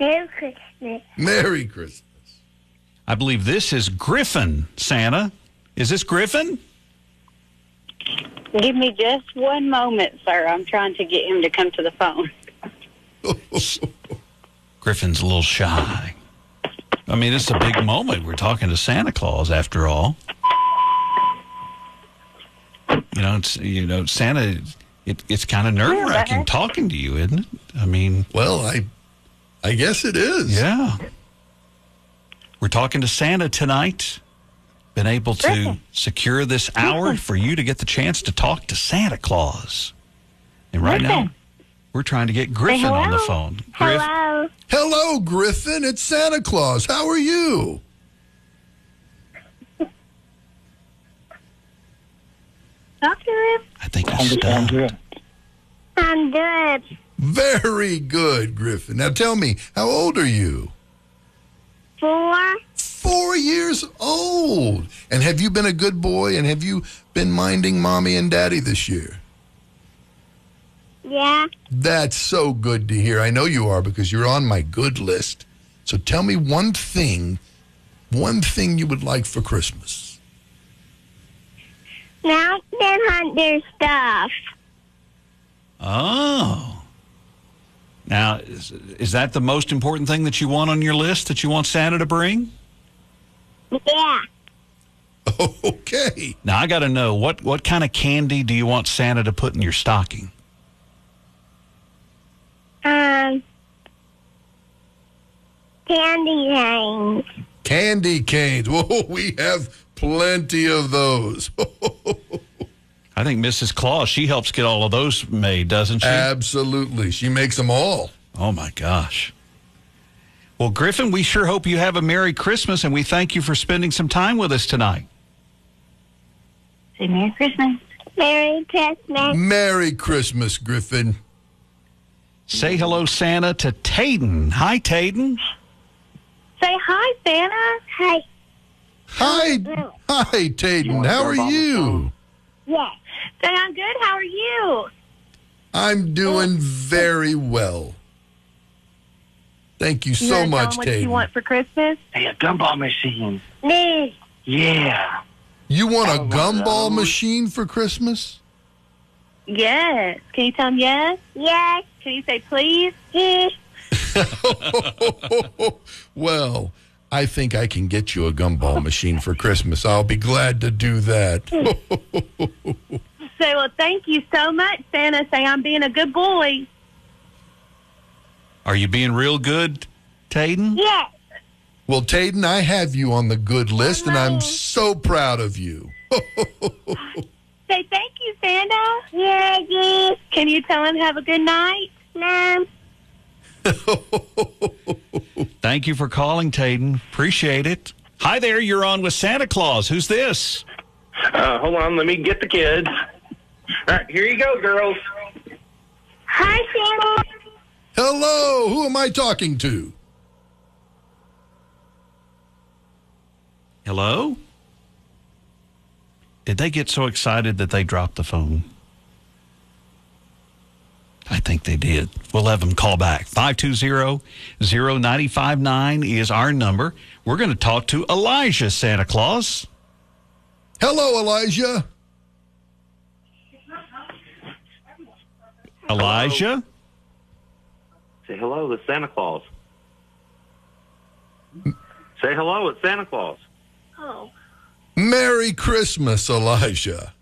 Speaker 6: Merry Christmas.
Speaker 4: Merry Christmas.
Speaker 2: I believe this is Griffin. Santa, is this Griffin?
Speaker 5: Give me just one moment, sir. I'm trying to get him to come to the phone.
Speaker 2: Griffin's a little shy. I mean, it's a big moment. We're talking to Santa Claus, after all. You know, it's you know Santa. It, it's kind of nerve wracking talking to you, isn't it? I mean,
Speaker 4: Well, I I guess it is.
Speaker 2: yeah. We're talking to Santa tonight. Been able to secure this hour for you to get the chance to talk to Santa Claus. And right now, we're trying to get Griffin on the
Speaker 6: hello.
Speaker 2: phone. Griff-
Speaker 6: Hello. Hello.
Speaker 4: Hello, Griffin. It's Santa Claus. How are you?
Speaker 6: Dr. Riff?
Speaker 2: I think I'm stuck.
Speaker 6: I'm good.
Speaker 4: Very good, Griffin. Now tell me, how old are you?
Speaker 6: Four.
Speaker 4: Four years old. And have you been a good boy and have you been minding mommy and daddy this year?
Speaker 6: Yeah.
Speaker 4: That's so good to hear. I know you are because you're on my good list. So tell me one thing, one thing you would like for Christmas. [laughs]
Speaker 6: Mountain hunter stuff.
Speaker 2: Oh. Now, is, is that the most important thing that you want on your list that you want Santa to bring?
Speaker 6: Yeah.
Speaker 4: Okay.
Speaker 2: Now, I got to know what, what kind of candy do you want Santa to put in your stocking?
Speaker 6: Um. Candy canes.
Speaker 4: Candy canes. [laughs] Whoa, we have plenty of those. [laughs]
Speaker 2: I think Mrs. Claus, she helps get all of those made, doesn't she?
Speaker 4: Uh, Absolutely. She makes them all.
Speaker 2: oh, my gosh. Well, Griffin, we sure hope you have a Merry Christmas, and we thank you for spending some time with us tonight.
Speaker 5: Say Merry Christmas.
Speaker 6: Merry Christmas.
Speaker 4: Merry Christmas, Griffin.
Speaker 2: Say hello, Santa, to Tayden. Hi, Tayden.
Speaker 6: Say hi, Santa. Hi.
Speaker 4: Hi, hi, Tayden. How are you?
Speaker 6: Yes.
Speaker 5: Say I'm good. How are you?
Speaker 4: I'm doing very well. Thank you
Speaker 5: You
Speaker 4: so
Speaker 5: gonna tell
Speaker 4: much,
Speaker 5: them What you
Speaker 4: Tayden.
Speaker 5: want for Christmas?
Speaker 7: Hey, a gumball machine.
Speaker 6: Me.
Speaker 7: Yeah.
Speaker 4: You want a
Speaker 7: Oh, my
Speaker 4: gumball
Speaker 7: God.
Speaker 5: um,
Speaker 4: machine for Christmas? [laughs]
Speaker 5: Yes. Can you tell them yes?
Speaker 6: Yes.
Speaker 5: Can you say please?
Speaker 6: Yes.
Speaker 4: Oh, well, I think I can get you a gumball machine for Christmas. I'll be glad to do
Speaker 5: [laughs]
Speaker 4: that.
Speaker 5: Say well, thank you so much, Santa. Say I'm being a good boy.
Speaker 2: Are you being real good, Tayden?
Speaker 6: Yes.
Speaker 4: well, Tayden, I have you on the good list, and I'm
Speaker 6: Hello.
Speaker 4: so proud of you.
Speaker 5: Say thank you, Santa.
Speaker 6: Yes.
Speaker 5: Can you tell them have a good night?
Speaker 6: Mom.
Speaker 2: Thank you for calling, Tayden. Appreciate it. Hi there, you're on with Santa Claus. Who's this?
Speaker 7: Uh, hold on, let me get the kids. All right, here you go, girls.
Speaker 6: Hi, Santa.
Speaker 4: Hello, who am I talking to?
Speaker 2: Hello? Did they get so excited that they dropped the phone? I think they did. We'll have them call back. 520-0959 is our number. We're going to talk to Elijah Santa Claus.
Speaker 4: Hello, Elijah.
Speaker 2: Elijah?
Speaker 7: Say hello, it's Santa Claus. Say hello, it's Santa Claus.
Speaker 6: Oh.
Speaker 4: Merry Christmas, Elijah.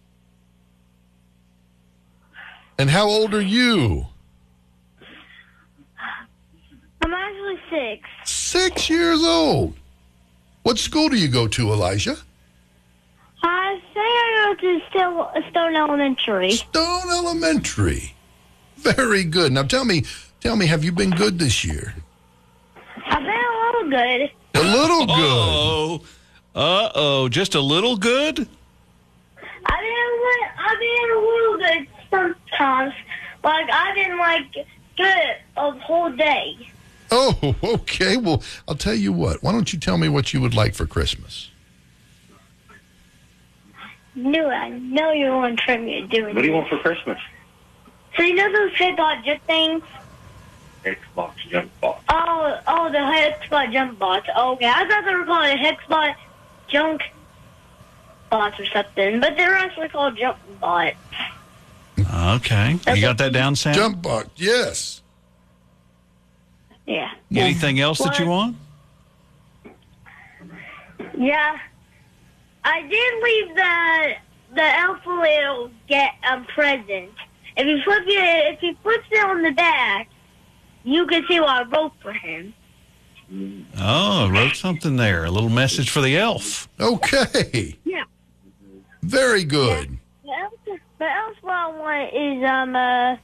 Speaker 4: And how old are you?
Speaker 6: I'm actually six.
Speaker 4: Six years old. What school do you go to, Elijah?
Speaker 6: I say I go to Still, Stone Elementary.
Speaker 4: Stone Elementary. Very good. Now tell me, tell me, have you been good this year?
Speaker 6: I've been a little good.
Speaker 4: A little good.
Speaker 2: Oh, uh-oh, just a little good?
Speaker 6: I've been, a li- I've been a little good sometimes. Like, I've been, like, good a whole day.
Speaker 4: Oh, [laughs] okay. Well, I'll tell you what. Why don't you tell me what you would like for Christmas?
Speaker 6: Knew it. I know you're on trim you're doing.
Speaker 7: What do you want for Christmas?
Speaker 6: So you know those headbot jump things?
Speaker 7: Xbox jump box.
Speaker 6: Oh, oh, the headspot jump bots. Oh, okay, I thought they were called headspot junk bots or something, but they're actually called jump bots.
Speaker 2: Okay. You got that down, Santa?
Speaker 4: Jump box. Yes.
Speaker 6: Yeah.
Speaker 2: Anything else that you
Speaker 6: What?
Speaker 2: want?
Speaker 6: Yeah. I did leave the the elf a little get um present. If you flip it, if you flip it on the back, you can see what I wrote for him.
Speaker 2: Oh, wrote something there. A little message for the elf.
Speaker 4: Okay.
Speaker 6: Yeah.
Speaker 4: Very good.
Speaker 6: The elf, the elf what I want is um uh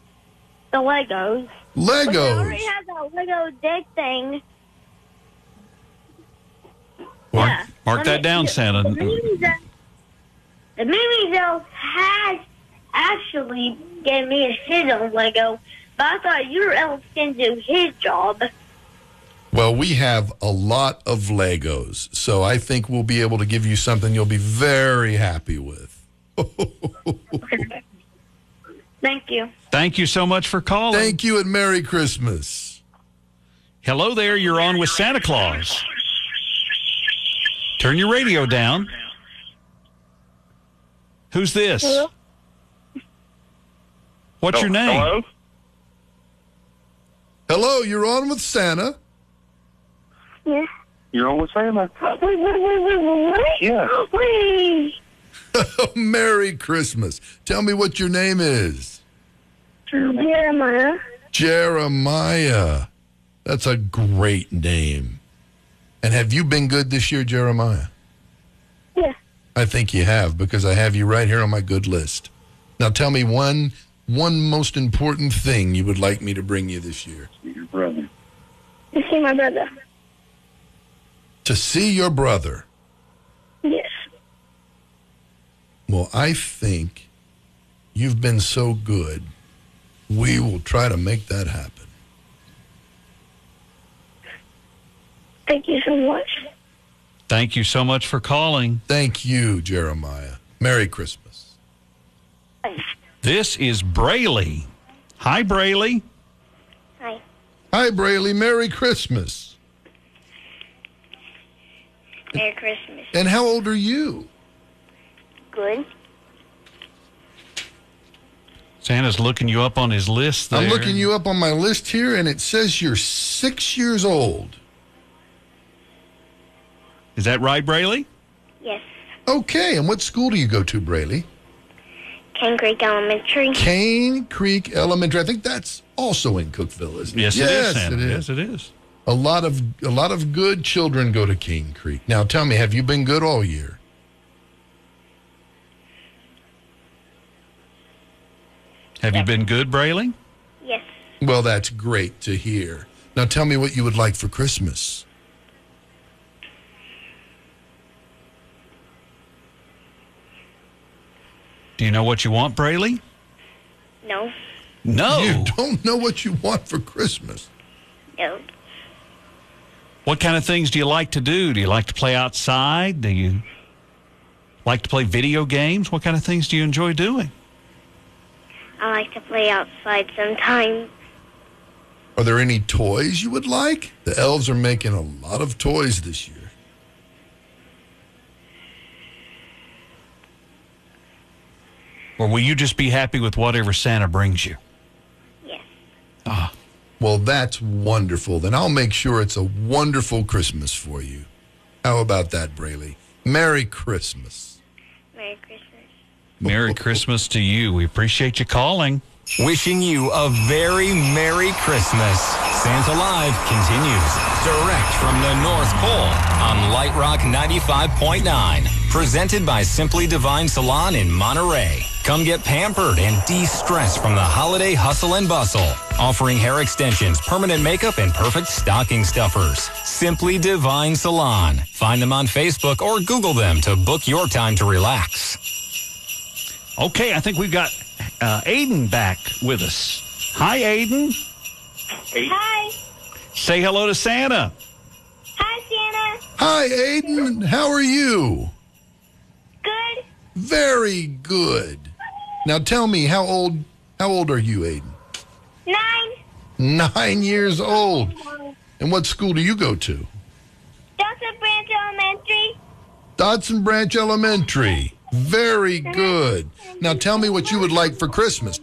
Speaker 6: the Legos.
Speaker 4: Legos.
Speaker 6: already has that Lego dick thing.
Speaker 2: Mark,
Speaker 6: Yeah.
Speaker 2: mark that down,
Speaker 6: The
Speaker 2: Santa.
Speaker 6: movie that- the movie though has actually gave me his own Lego, but I thought your elf can do his job.
Speaker 4: Well, we have a lot of Legos, so I think we'll be able to give you something you'll be very happy with. [laughs]
Speaker 6: Thank you.
Speaker 2: Thank you so much for calling.
Speaker 4: Thank you and Merry Christmas.
Speaker 2: Hello there, you're on with Santa Claus. Turn your radio down. Who's this?
Speaker 6: Hello?
Speaker 2: What's your name?
Speaker 7: Hello?
Speaker 4: Hello, you're on with Santa. [laughs]
Speaker 6: Yeah.
Speaker 7: You're on with Santa.
Speaker 6: Wait, wait, wait, wait, wait, wait.
Speaker 7: Yeah.
Speaker 6: Wait.
Speaker 4: Merry Christmas. Tell me what your name is.
Speaker 6: Jeremiah.
Speaker 4: Jeremiah. That's a great name. And have you been good this year, Jeremiah?
Speaker 6: Yeah.
Speaker 4: I think you have because I have you right here on my good list. Now tell me one one most important thing you would like me to bring you this year.
Speaker 7: Your brother.
Speaker 6: You see my brother?
Speaker 4: To see your brother.
Speaker 6: Yes.
Speaker 4: Well, I think you've been so good. We will try to make that happen.
Speaker 6: Thank you so much.
Speaker 2: Thank you so much for calling.
Speaker 4: Thank you, Jeremiah. Merry Christmas.
Speaker 2: This is Brayley. Hi, Brayley.
Speaker 6: Hi.
Speaker 4: Hi, Brayley. Merry Christmas.
Speaker 6: Merry Christmas.
Speaker 4: And how old are you?
Speaker 6: Good.
Speaker 2: Santa's looking you up on his list.
Speaker 4: I'm
Speaker 2: there.
Speaker 4: looking you up on my list here, and it says you're six years old.
Speaker 2: Is that right, Brayley?
Speaker 6: Yes.
Speaker 4: Okay, and what school do you go to, Brayley?
Speaker 6: Ken Creek Elementary.
Speaker 4: Cane Creek Elementary. I think that's also in Cookville, isn't it?
Speaker 2: Yes, it is. Santa.
Speaker 4: it is.
Speaker 2: Yes, it is.
Speaker 4: A lot of a lot of good children go to Cane Creek. Now, tell me, have you been good all year?
Speaker 2: Have you been good, Brayley?
Speaker 6: Yes.
Speaker 4: Well, that's great to hear. Now, tell me what you would like for Christmas.
Speaker 2: Do you know what you want, Brayley?
Speaker 6: No.
Speaker 2: No.
Speaker 4: You don't know what you want for Christmas.
Speaker 6: No.
Speaker 2: What kind of things do you like to do? Do you like to play outside? Do you like to play video games? What kind of things do you enjoy doing?
Speaker 6: I like to play outside sometimes.
Speaker 4: Are there any toys you would like? The elves are making a lot of toys this year.
Speaker 2: Or will you just be happy with whatever Santa brings you?
Speaker 6: Yes.
Speaker 4: Well, that's wonderful. Then I'll make sure it's a wonderful Christmas for you. How about that, Brayley? Merry Christmas.
Speaker 6: Merry Christmas.
Speaker 2: Merry Christmas to you. We appreciate you calling.
Speaker 1: Wishing you a very Merry Christmas. Santa Live continues direct from the North Pole on Light Rock 95.9. Presented by Simply Divine Salon in Monterey. Come get pampered and de stress from the holiday hustle and bustle. Offering hair extensions, permanent makeup, and perfect stocking stuffers. Simply Divine Salon. Find them on Facebook or Google them to book your time to relax.
Speaker 2: Okay, I think we've got uh, Aiden back with us. Hi, Aiden.
Speaker 6: Hi.
Speaker 2: Say hello to Santa.
Speaker 6: Hi, Santa.
Speaker 4: Hi, Aiden. How are you?
Speaker 6: Good.
Speaker 4: Very good. Now tell me, how old? How old are you, Aiden?
Speaker 6: Nine.
Speaker 4: Nine years old. And what school do you go to?
Speaker 6: Delta Branch Elementary.
Speaker 4: Dodson Branch Elementary. Very good. Now tell me what you would like for Christmas.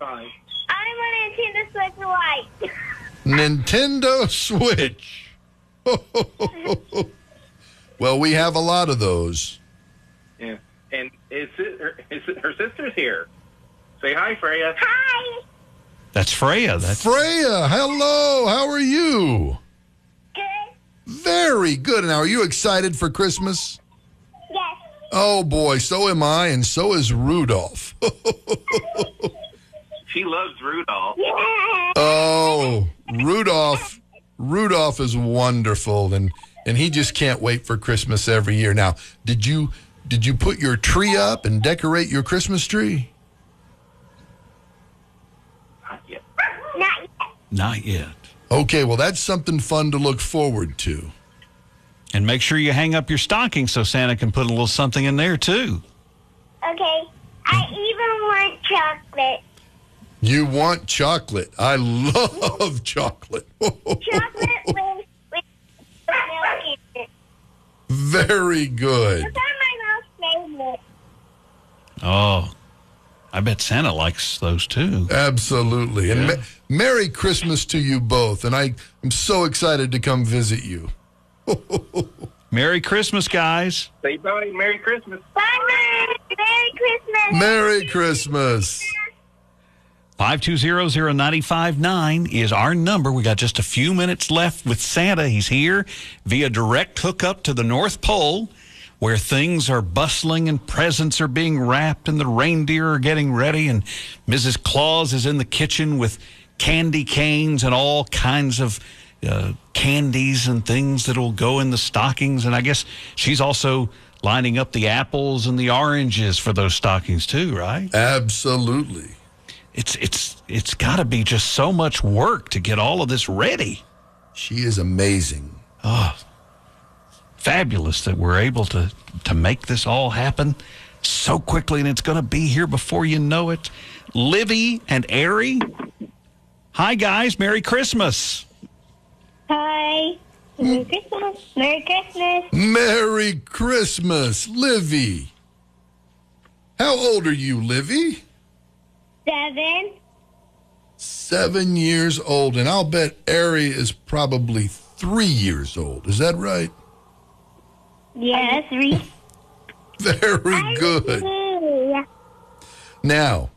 Speaker 6: I want to attend the Switch Light.
Speaker 4: Nintendo Switch. [laughs] well, we have a lot of those.
Speaker 7: Yeah. And is it, her, is it, her sister's here. Say hi, Freya.
Speaker 6: Hi.
Speaker 2: That's Freya. That's
Speaker 4: Freya, hello. How are you?
Speaker 6: Good.
Speaker 4: Very good. Now, are you excited for Christmas?
Speaker 6: Yes.
Speaker 4: Oh boy, so am I, and so is Rudolph.
Speaker 7: She loves Rudolph.
Speaker 4: [laughs] Oh, Rudolph. Rudolph is wonderful and and he just can't wait for Christmas every year. Now, did you did you put your tree up and decorate your Christmas tree?
Speaker 7: Not yet.
Speaker 2: Not yet.
Speaker 4: Okay, well that's something fun to look forward to.
Speaker 2: And make sure you hang up your stocking so Santa can put a little something in there too.
Speaker 6: Okay. I even want chocolate.
Speaker 4: You want chocolate. I [laughs] love chocolate. [laughs]
Speaker 6: Chocolate with, with milk in it.
Speaker 4: Very good.
Speaker 6: Those are my most favorite.
Speaker 2: Oh, I bet Santa likes those too.
Speaker 4: Absolutely. And me- Merry Christmas to you both. And I, I'm so excited to come visit you.
Speaker 2: Merry Christmas, guys.
Speaker 7: Say bye. Merry Christmas.
Speaker 6: Bye, Mom. Merry Christmas.
Speaker 4: Merry Christmas.
Speaker 2: 5200959 is our number. We got just a few minutes left with Santa. He's here via direct hookup to the North Pole where things are bustling and presents are being wrapped and the reindeer are getting ready and Mrs. Claus is in the kitchen with candy canes and all kinds of uh, candies and things that will go in the stockings and I guess she's also lining up the apples and the oranges for those stockings too, right?
Speaker 4: Absolutely.
Speaker 2: it's it's it's got to be just so much work to get all of this ready.
Speaker 4: She is amazing.
Speaker 2: Fabulous that we're able to to make this all happen so quickly, and it's going to be here before you know it. Livy and Airy, hi guys, Merry Christmas!
Speaker 6: Hi. Merry Christmas. Merry Christmas.
Speaker 4: Merry Christmas, Livy. How old are you, Livy?
Speaker 6: Seven.
Speaker 4: Seven years old. And I'll bet Ari is probably three years old. Is that right? [laughs]
Speaker 6: [laughs] Yes.
Speaker 4: Very good.
Speaker 6: Three.
Speaker 4: Now,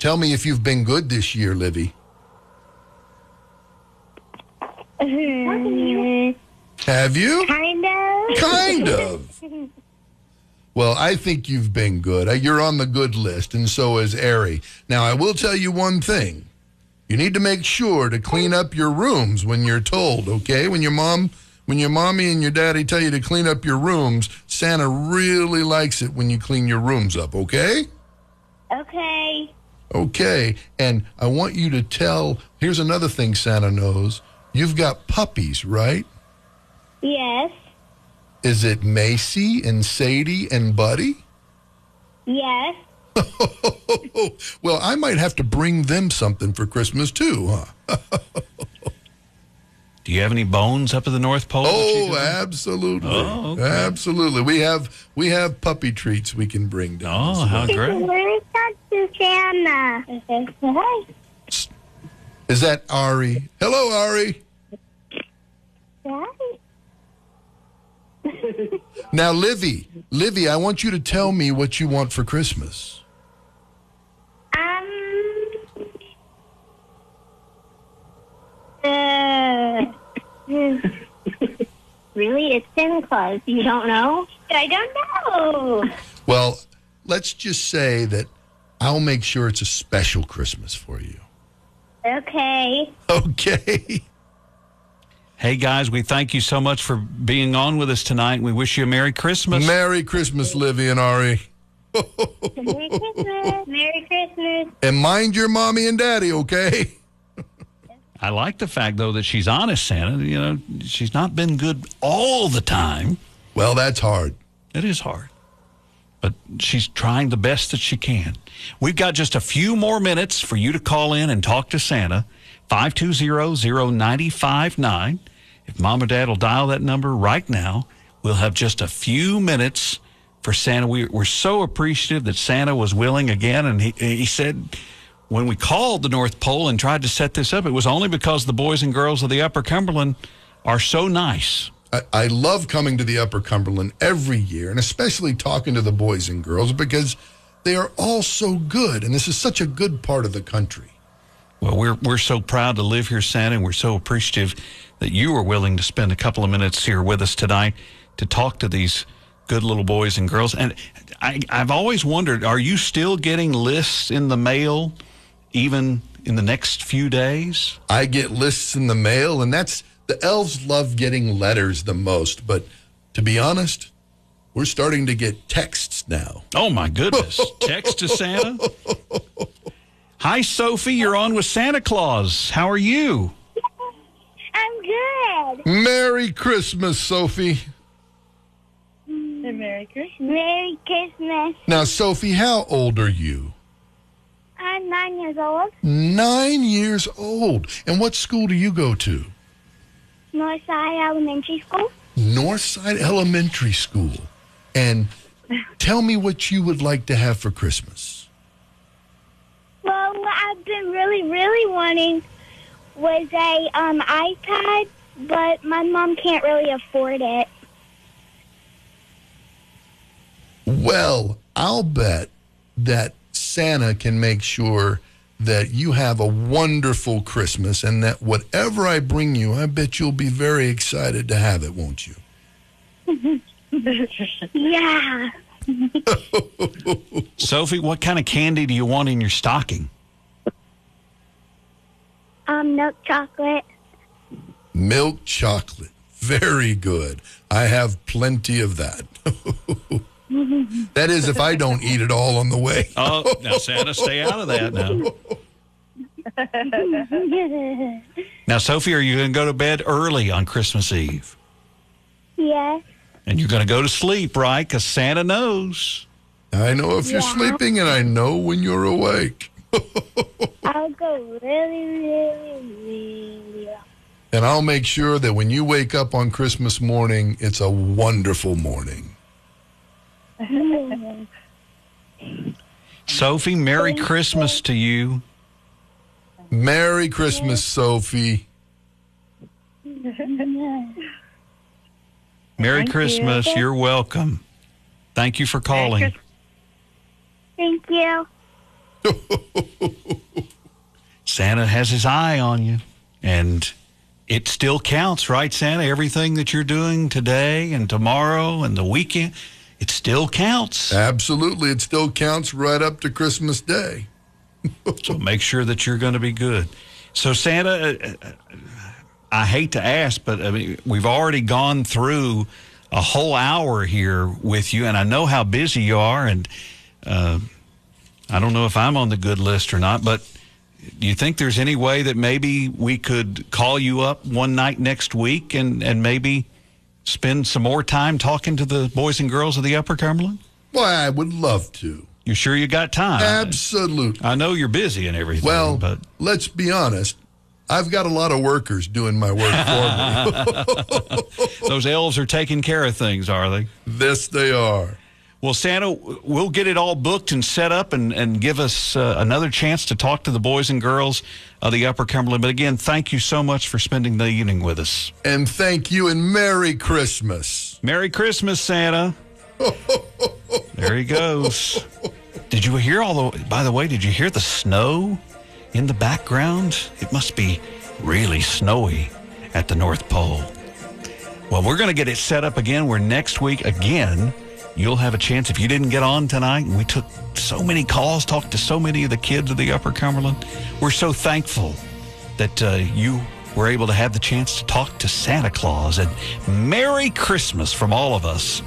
Speaker 4: tell me if you've been good this year, Livy. Have you?
Speaker 6: Kind of. [laughs]
Speaker 4: Kind of. Well, I think you've been good. Uh, You're on the good list, and so is Ari. Now, I will tell you one thing. You need to make sure to clean up your rooms when you're told, okay? When your mom, when your mommy and your daddy tell you to clean up your rooms, Santa really likes it when you clean your rooms up, okay?
Speaker 6: Okay.
Speaker 4: Okay, and I want you to tell. Here's another thing Santa knows. You've got puppies, right?
Speaker 6: Yes.
Speaker 4: Is it Macy and Sadie and Buddy?
Speaker 6: Yes.
Speaker 4: Oh, well, I might have to bring them something for Christmas too, huh?
Speaker 2: Do you have any bones up at the North Pole? that you
Speaker 4: Oh,
Speaker 2: can-
Speaker 4: absolutely,
Speaker 2: Oh, okay.
Speaker 4: absolutely. We have we have puppy treats we can bring down.
Speaker 2: oh, how great!
Speaker 6: Let's talk to Santa. Okay. Hi.
Speaker 4: Is that Ari? Hello, Ari.
Speaker 6: Hi.
Speaker 4: Now, Livy, Livy, I want you to tell me what you want for Christmas.
Speaker 6: Um. Uh, [laughs] really? It's Santa Claus. You don't know? I don't know.
Speaker 4: Well, let's just say that I'll make sure it's a special Christmas for you. [laughs]
Speaker 6: Okay.
Speaker 4: Okay.
Speaker 2: Hey guys, we thank you so much for being on with us tonight. We wish you a Merry Christmas.
Speaker 4: Merry Christmas, Livy and Ari.
Speaker 6: Merry [laughs] Christmas. Merry Christmas.
Speaker 4: And mind your mommy and daddy, okay? [laughs]
Speaker 2: I like the fact though that she's honest, Santa. You know, she's not been good all the time.
Speaker 4: Well, that's hard.
Speaker 2: It is hard. But she's trying the best that she can. We've got just a few more minutes for you to call in and talk to Santa. 520-0959. If mom or dad will dial that number right now, we'll have just a few minutes for Santa. We, we're so appreciative that Santa was willing again. And he, he said when we called the North Pole and tried to set this up, it was only because the boys and girls of the Upper Cumberland are so nice.
Speaker 4: I, I love coming to the Upper Cumberland every year, and especially talking to the boys and girls because they are all so good, and this is such a good part of the country.
Speaker 2: Well, we're we're so proud to live here, Santa, and we're so appreciative that you were willing to spend a couple of minutes here with us tonight to talk to these good little boys and girls. And I, I've always wondered: Are you still getting lists in the mail even in the next few days?
Speaker 4: I get lists in the mail, and that's the elves love getting letters the most. But to be honest, we're starting to get texts now.
Speaker 2: Oh my [laughs] goodness. Text to Santa. Hi, Sophie. You're on with Santa Claus. How are you?
Speaker 6: I'm good.
Speaker 4: Merry Christmas, Sophie.
Speaker 5: Merry Christmas.
Speaker 6: Merry Christmas.
Speaker 4: Now, Sophie, how old are you?
Speaker 6: I'm nine years old.
Speaker 4: Nine years old. And what school do you go to?
Speaker 6: Northside Elementary School.
Speaker 4: Northside Elementary School. And tell me what you would like to have for Christmas.
Speaker 6: Well, what I've been really, really wanting was a um, iPad, but my mom can't really afford it.
Speaker 4: Well, I'll bet that Santa can make sure that you have a wonderful Christmas and that whatever I bring you, I bet you'll be very excited to have it, won't you?
Speaker 6: Yeah.
Speaker 2: Sophie, what kind of candy do you want in your stocking?
Speaker 6: Um, milk chocolate. [laughs]
Speaker 4: Milk chocolate. Very good. I have plenty of that. [laughs] that is, if I don't eat it all on the way.
Speaker 2: Oh, now, Santa, stay out of that now. Now, Sophie, are you going to go to bed early on Christmas Eve?
Speaker 6: yes.
Speaker 2: And you're going to go to sleep, right? Because Santa knows.
Speaker 4: I know if you're sleeping and I know when you're awake.
Speaker 6: I'll go really, really, really.
Speaker 4: And I'll make sure that when you wake up on Christmas morning, it's a wonderful morning.
Speaker 2: Sophie, Merry Christmas to you.
Speaker 4: Merry Christmas, Sophie.
Speaker 2: Merry
Speaker 5: you.
Speaker 2: Christmas. You. are welcome. Thank you for calling.
Speaker 5: Christmas.
Speaker 6: Thank you.
Speaker 2: Santa has his eye on you, and it still counts, right, Santa? Everything that you're doing today and tomorrow and the weekend, it still counts.
Speaker 4: Absolutely. It still counts right up to Christmas Day.
Speaker 2: So make sure that you're going to be good. So Santa, uh, uh, I hate to ask, but I mean we've already gone through a whole hour here with you, and I know how busy you are, and uh, I don't know if I'm on the good list or not, but. Do you think there's any way that maybe we could call you up one night next week and, and maybe spend some more time talking to the boys and girls of the Upper Cumberland?
Speaker 4: Why, I would love to.
Speaker 2: You sure you got time?
Speaker 4: Absolutely.
Speaker 2: I know you're busy and everything.
Speaker 4: Well,
Speaker 2: but
Speaker 4: let's be honest. I've got a lot of workers doing
Speaker 2: [laughs]
Speaker 4: my work for me.
Speaker 2: Those elves are taking care of things, are they?
Speaker 4: this they are.
Speaker 2: Well, Santa, we'll get it all booked and set up and, and give us uh, another chance to talk to the boys and girls of the Upper Cumberland. But again, thank you so much for spending the evening with us.
Speaker 4: And thank you and Merry Christmas.
Speaker 2: Merry Christmas, Santa. there he goes. Did you hear all the, by the way, did you hear the snow in the background? It must be really snowy at the North Pole. Well, we're going to get it set up again where next week, again, you'll have a chance. If you didn't get on tonight, we took so many calls, talked to so many of the kids of the Upper Cumberland. We're so thankful that uh, you were able to have the chance to talk to Santa Claus. And Merry Christmas from all of us